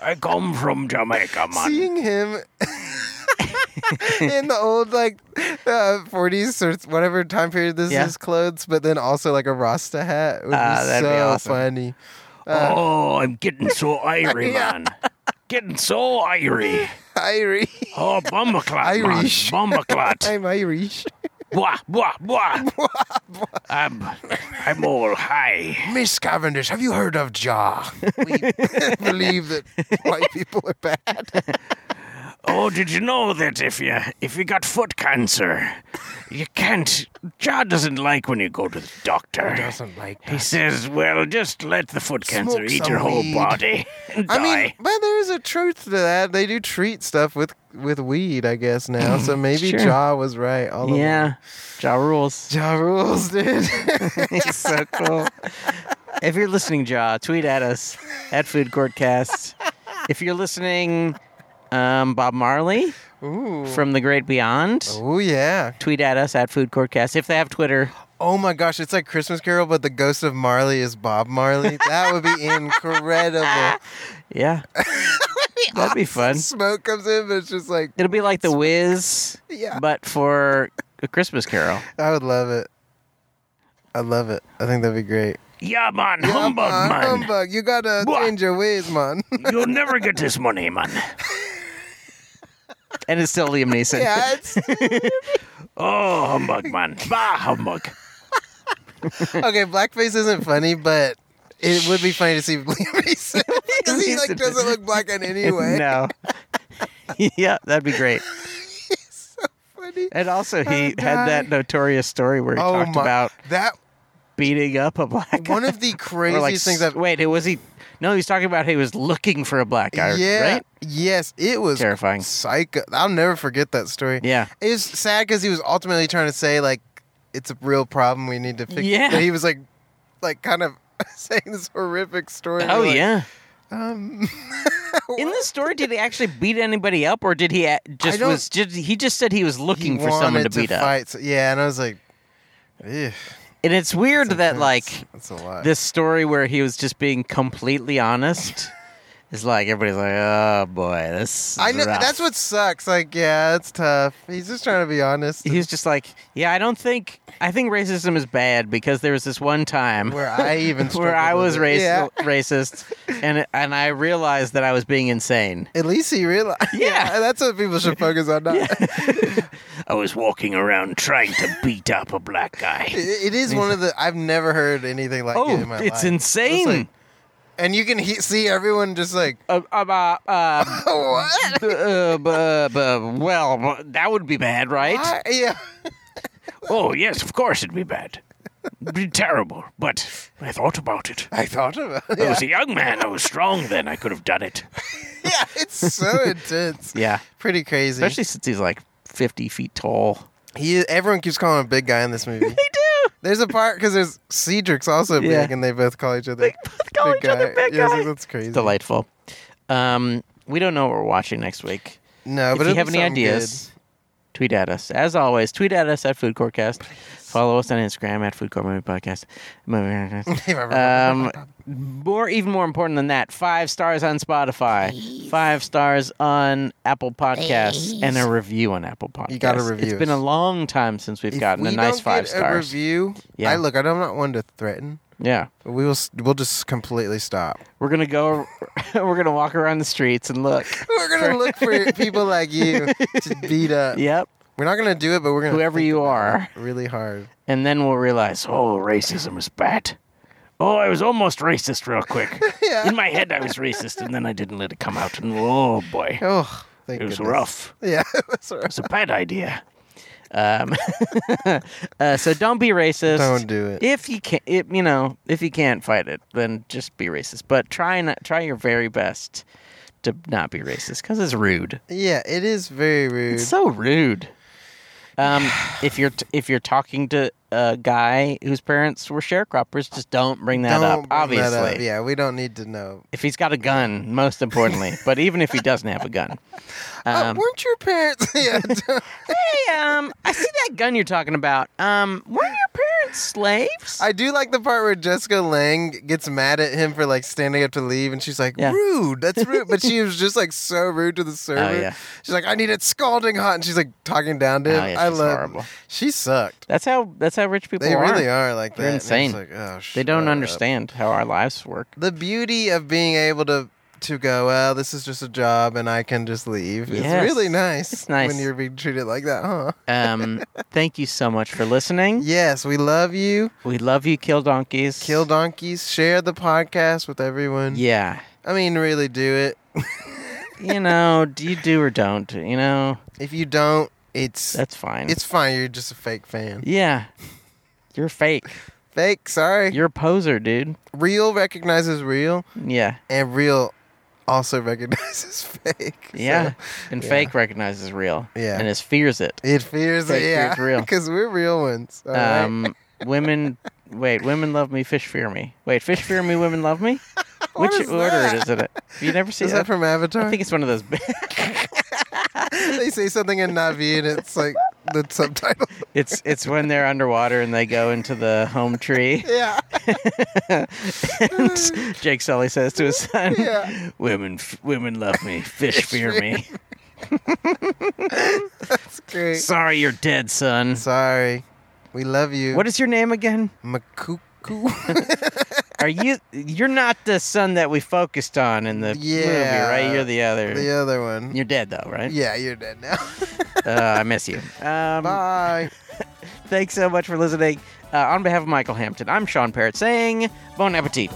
Speaker 1: I come from Jamaica, man.
Speaker 3: Seeing him in the old like uh, 40s or whatever time period this
Speaker 4: Yeah.
Speaker 3: is clothes, but then also like a Rasta hat would
Speaker 4: Ah,
Speaker 3: be
Speaker 4: that'd
Speaker 3: so
Speaker 4: be awesome.
Speaker 3: funny.
Speaker 1: oh, I'm getting so iry,
Speaker 3: Yeah.
Speaker 1: man. Getting so iry.
Speaker 3: Irish.
Speaker 1: Oh, bumbaclat, man.
Speaker 3: Irish.
Speaker 1: Bumbaclat.
Speaker 3: I'm Irish.
Speaker 1: Blah, blah, blah. I'm, I'm all high.
Speaker 2: Miss Cavendish, have you heard of Jar?
Speaker 3: We believe that white people are bad.
Speaker 1: Oh, did you know that if you if you got foot cancer, you can't. John doesn't like when you go to the doctor. He
Speaker 2: doesn't like
Speaker 1: He says, "Well, just let the foot cancer
Speaker 2: Smoke
Speaker 1: eat
Speaker 2: some
Speaker 1: your whole
Speaker 2: weed."
Speaker 1: body and
Speaker 3: I
Speaker 1: die."
Speaker 3: mean, but there is a truth to that. They do treat stuff with with weed, I guess now. So maybe
Speaker 4: Sure.
Speaker 3: Jaw was right. All
Speaker 4: Yeah, Jaw rules.
Speaker 3: Ja rules, dude.
Speaker 4: He's so cool. If you're listening, Jaw, tweet at us at Food Courtcast. If you're listening, um, Bob Marley
Speaker 3: Ooh.
Speaker 4: from the Great Beyond,
Speaker 3: Ooh, yeah.
Speaker 4: tweet at us at Food Courtcast. If they have Twitter,
Speaker 3: Oh my gosh, it's like Christmas Carol, but the ghost of Marley is Bob Marley. That would be incredible.
Speaker 4: yeah, that'd be fun.
Speaker 3: Smoke comes in, but it's just like
Speaker 4: It'll be like The Wiz,
Speaker 3: Yeah.
Speaker 4: but for a Christmas Carol.
Speaker 3: I would love it. I love it. I think that'd be great.
Speaker 1: yeah, man, humbug,
Speaker 3: Uh,
Speaker 1: man.
Speaker 3: Humbug, you gotta
Speaker 1: Blah.
Speaker 3: change your ways, man.
Speaker 1: You'll never get this money, man.
Speaker 4: And it's still Liam Neeson.
Speaker 3: yeah, it's,
Speaker 1: Oh, humbug, man. Bah, humbug.
Speaker 3: okay. Blackface isn't funny, but it would be funny to see Liam Neeson because he like
Speaker 4: Neeson.
Speaker 3: doesn't look black in any way.
Speaker 4: no. yeah, that'd be great.
Speaker 3: Funny.
Speaker 4: And also, he
Speaker 3: Oh,
Speaker 4: had that
Speaker 3: God.
Speaker 4: notorious story where he
Speaker 3: Oh
Speaker 4: talked
Speaker 3: my!
Speaker 4: about
Speaker 3: that
Speaker 4: beating up a black guy.
Speaker 3: one of the
Speaker 4: Or
Speaker 3: craziest
Speaker 4: like,
Speaker 3: things I've
Speaker 4: wait, it was he? No, he was talking about he was looking for a black guy,
Speaker 3: yeah
Speaker 4: right?
Speaker 3: yes it was
Speaker 4: Terrifying.
Speaker 3: psycho. I'll never forget that story.
Speaker 4: Yeah.
Speaker 3: it was sad because he was ultimately trying to say like it's a real problem we need to fix.
Speaker 4: Yeah.
Speaker 3: but he was like like kind of saying this horrific story. and
Speaker 4: Oh
Speaker 3: you're like,
Speaker 4: yeah.
Speaker 3: Um,
Speaker 4: In this story, did he actually beat anybody up, or did he a- just
Speaker 3: don't-
Speaker 4: was just he just said he was
Speaker 3: he
Speaker 4: looking for someone to
Speaker 3: wanted
Speaker 4: beat up?
Speaker 3: fight. So, yeah, and I was like, "Ew,
Speaker 4: And it's weird that
Speaker 3: that's-
Speaker 4: like
Speaker 3: that's a lot.
Speaker 4: this story where he was just being completely honest is like everybody's like, oh boy, this. Is
Speaker 3: I know
Speaker 4: rough."
Speaker 3: that's what sucks. Like, yeah, it's tough. He's just trying to be honest.
Speaker 4: He was just like, yeah, I don't think I think racism is bad because there was this one time
Speaker 3: where I even
Speaker 4: where I
Speaker 3: struggled
Speaker 4: was
Speaker 3: with it.
Speaker 4: raci-
Speaker 3: Yeah.
Speaker 4: racist, and and I realized that I was being insane.
Speaker 3: At least he realized.
Speaker 4: Yeah.
Speaker 3: that's what people should focus on. Not.
Speaker 1: I was walking around trying to beat up a black guy.
Speaker 3: It, it is one of the I've never heard anything like it in
Speaker 4: Oh,
Speaker 3: my
Speaker 4: it's
Speaker 3: life.
Speaker 4: insane!
Speaker 3: It's like- and you can he- see everyone just like
Speaker 4: uh, uh, uh, uh,
Speaker 3: what?
Speaker 4: b- uh, b- uh, b- well, that would be bad, right?
Speaker 3: I- yeah,
Speaker 1: Oh, yes, of course it'd be bad. It'd be terrible, but I thought about it.
Speaker 3: I thought about it.
Speaker 1: I
Speaker 3: Yeah,
Speaker 1: was a young man. I was strong then. I could have done it.
Speaker 3: yeah it's so intense.
Speaker 4: Yeah,
Speaker 3: Pretty crazy.
Speaker 4: especially since he's like fifty feet tall.
Speaker 3: he, everyone keeps calling him a big guy in this movie.
Speaker 4: They do.
Speaker 3: There's a part because there's Cedric's also
Speaker 4: Yeah.
Speaker 3: big, and they both call each other. They
Speaker 4: both call each other big
Speaker 3: Yeah, I was
Speaker 4: guy.
Speaker 3: like, that's crazy.
Speaker 4: Delightful. Um, we don't know what we're watching next week.
Speaker 3: No, Uh, but
Speaker 4: if you
Speaker 3: it'll
Speaker 4: have
Speaker 3: be
Speaker 4: any
Speaker 3: something
Speaker 4: ideas, tweet at us. As always, tweet at us at Food Courtcast. Follow us on Instagram at Food Court Movie Podcast.
Speaker 3: good.
Speaker 4: Um, more, even more important than that, five stars on Spotify, five stars on Apple Podcasts, and a review on Apple Podcasts.
Speaker 3: gotta review
Speaker 4: It's been a
Speaker 3: us.
Speaker 4: long time since we've
Speaker 3: If
Speaker 4: gotten
Speaker 3: we
Speaker 4: a nice
Speaker 3: don't
Speaker 4: five
Speaker 3: get A
Speaker 4: stars.
Speaker 3: review.
Speaker 4: Yeah.
Speaker 3: I look. I'm not one to threaten.
Speaker 4: yeah,
Speaker 3: But we will. s- We'll just completely stop.
Speaker 4: we're gonna go. we're gonna walk around the streets and look.
Speaker 3: We're gonna look for people like you to beat up.
Speaker 4: Yep,
Speaker 3: We're not gonna do it, but we're gonna
Speaker 4: whoever
Speaker 3: think
Speaker 4: you are,
Speaker 3: really hard.
Speaker 4: and then we'll realize. Oh,
Speaker 1: Oh, racism is bad. Oh, I was almost racist real quick. In my head, I was racist, and then I didn't let it come out. And oh boy,
Speaker 3: Oh, thank
Speaker 1: it was
Speaker 3: goodness.
Speaker 1: rough.
Speaker 3: Yeah, it was rough.
Speaker 1: It's a bad idea.
Speaker 4: um, uh, so don't be racist.
Speaker 3: Don't do it.
Speaker 4: if you can it, you know if you can't fight it then just be racist but try not try your very best to not be racist because it's rude
Speaker 3: Yeah, it is very rude.
Speaker 4: it's so rude um, if you're t- if you're talking to a guy whose parents were sharecroppers just don't bring that
Speaker 3: Don't
Speaker 4: up
Speaker 3: bring that
Speaker 4: obviously
Speaker 3: up. Yeah, we don't need to know.
Speaker 4: if he's got a gun most importantly but even if he doesn't have a gun
Speaker 3: Uh,
Speaker 4: um,
Speaker 3: weren't your parents? yeah, don't-
Speaker 4: hey um i see that gun you're talking about um were your parents slaves
Speaker 3: I do like the part where Jessica Lang gets mad at him for like standing up to leave, and she's like,
Speaker 4: Yeah. Oh,
Speaker 3: "Rude, that's rude." But she was just like so rude to the server.
Speaker 4: yeah.
Speaker 3: She's like, "I need it scalding hot," and she's like talking down to
Speaker 4: Oh,
Speaker 3: him.
Speaker 4: yeah,
Speaker 3: I
Speaker 4: she's
Speaker 3: love.
Speaker 4: horrible.
Speaker 3: She sucked.
Speaker 4: that's how that's how rich people
Speaker 3: They
Speaker 4: are
Speaker 3: really are like that.
Speaker 4: They're
Speaker 3: And it's
Speaker 4: insane.
Speaker 3: like, oh,
Speaker 4: They
Speaker 3: shut
Speaker 4: don't
Speaker 3: up.
Speaker 4: understand how our lives work.
Speaker 3: the beauty of being able to to go well this is just a job and i can just leave
Speaker 4: Yes.
Speaker 3: it's really nice,
Speaker 4: It's nice.
Speaker 3: when you're being treated like that huh
Speaker 4: Um, thank you so much for listening.
Speaker 3: yes we love you
Speaker 4: We love you, Kill Donkeys.
Speaker 3: kill donkeys share the podcast with everyone
Speaker 4: Yeah.
Speaker 3: i mean really do it
Speaker 4: you know, do you do or don't? You know,
Speaker 3: If you don't, it's
Speaker 4: that's fine.
Speaker 3: it's fine. You're just a fake fan.
Speaker 4: yeah, you're fake.
Speaker 3: Fake. Sorry.
Speaker 4: You're a poser, dude.
Speaker 3: real recognizes real,
Speaker 4: Yeah,
Speaker 3: and real also recognizes fake. so
Speaker 4: yeah. and fake recognizes real.
Speaker 3: Yeah.
Speaker 4: and is fears it.
Speaker 3: it fears
Speaker 4: Fake
Speaker 3: it. Yeah,
Speaker 4: fears real.
Speaker 3: because we're real ones. all right?
Speaker 4: Um, women. Wait, women love me. Fish fear me. Wait, fish fear me. Women love me.
Speaker 3: What
Speaker 4: Which
Speaker 3: is
Speaker 4: order
Speaker 3: that?
Speaker 4: is it? Have you never seen
Speaker 3: Is that from Avatar?
Speaker 4: I think it's one of those.
Speaker 3: they say something in Navi, and it's like the subtitle.
Speaker 4: it's it's when they're underwater and they go into the home tree.
Speaker 3: Yeah,
Speaker 4: and Jake Sully says to his son,
Speaker 3: Yeah.
Speaker 4: "Women, f- women love me. Fish fear me.
Speaker 3: it's great.
Speaker 4: Sorry, you're dead, son.
Speaker 3: Sorry, we love you.
Speaker 4: What is your name again?
Speaker 3: Makuku?
Speaker 4: Are you? You're not the son that we focused on in the
Speaker 3: Yeah.
Speaker 4: movie, right? You're the other.
Speaker 3: the other one.
Speaker 4: You're dead though, right?
Speaker 3: Yeah, you're dead now.
Speaker 4: Uh, I miss you. Um,
Speaker 3: Bye.
Speaker 4: thanks so much for listening. Uh, on behalf of Michael Hampton, I'm Sean Parrott saying bon appetit.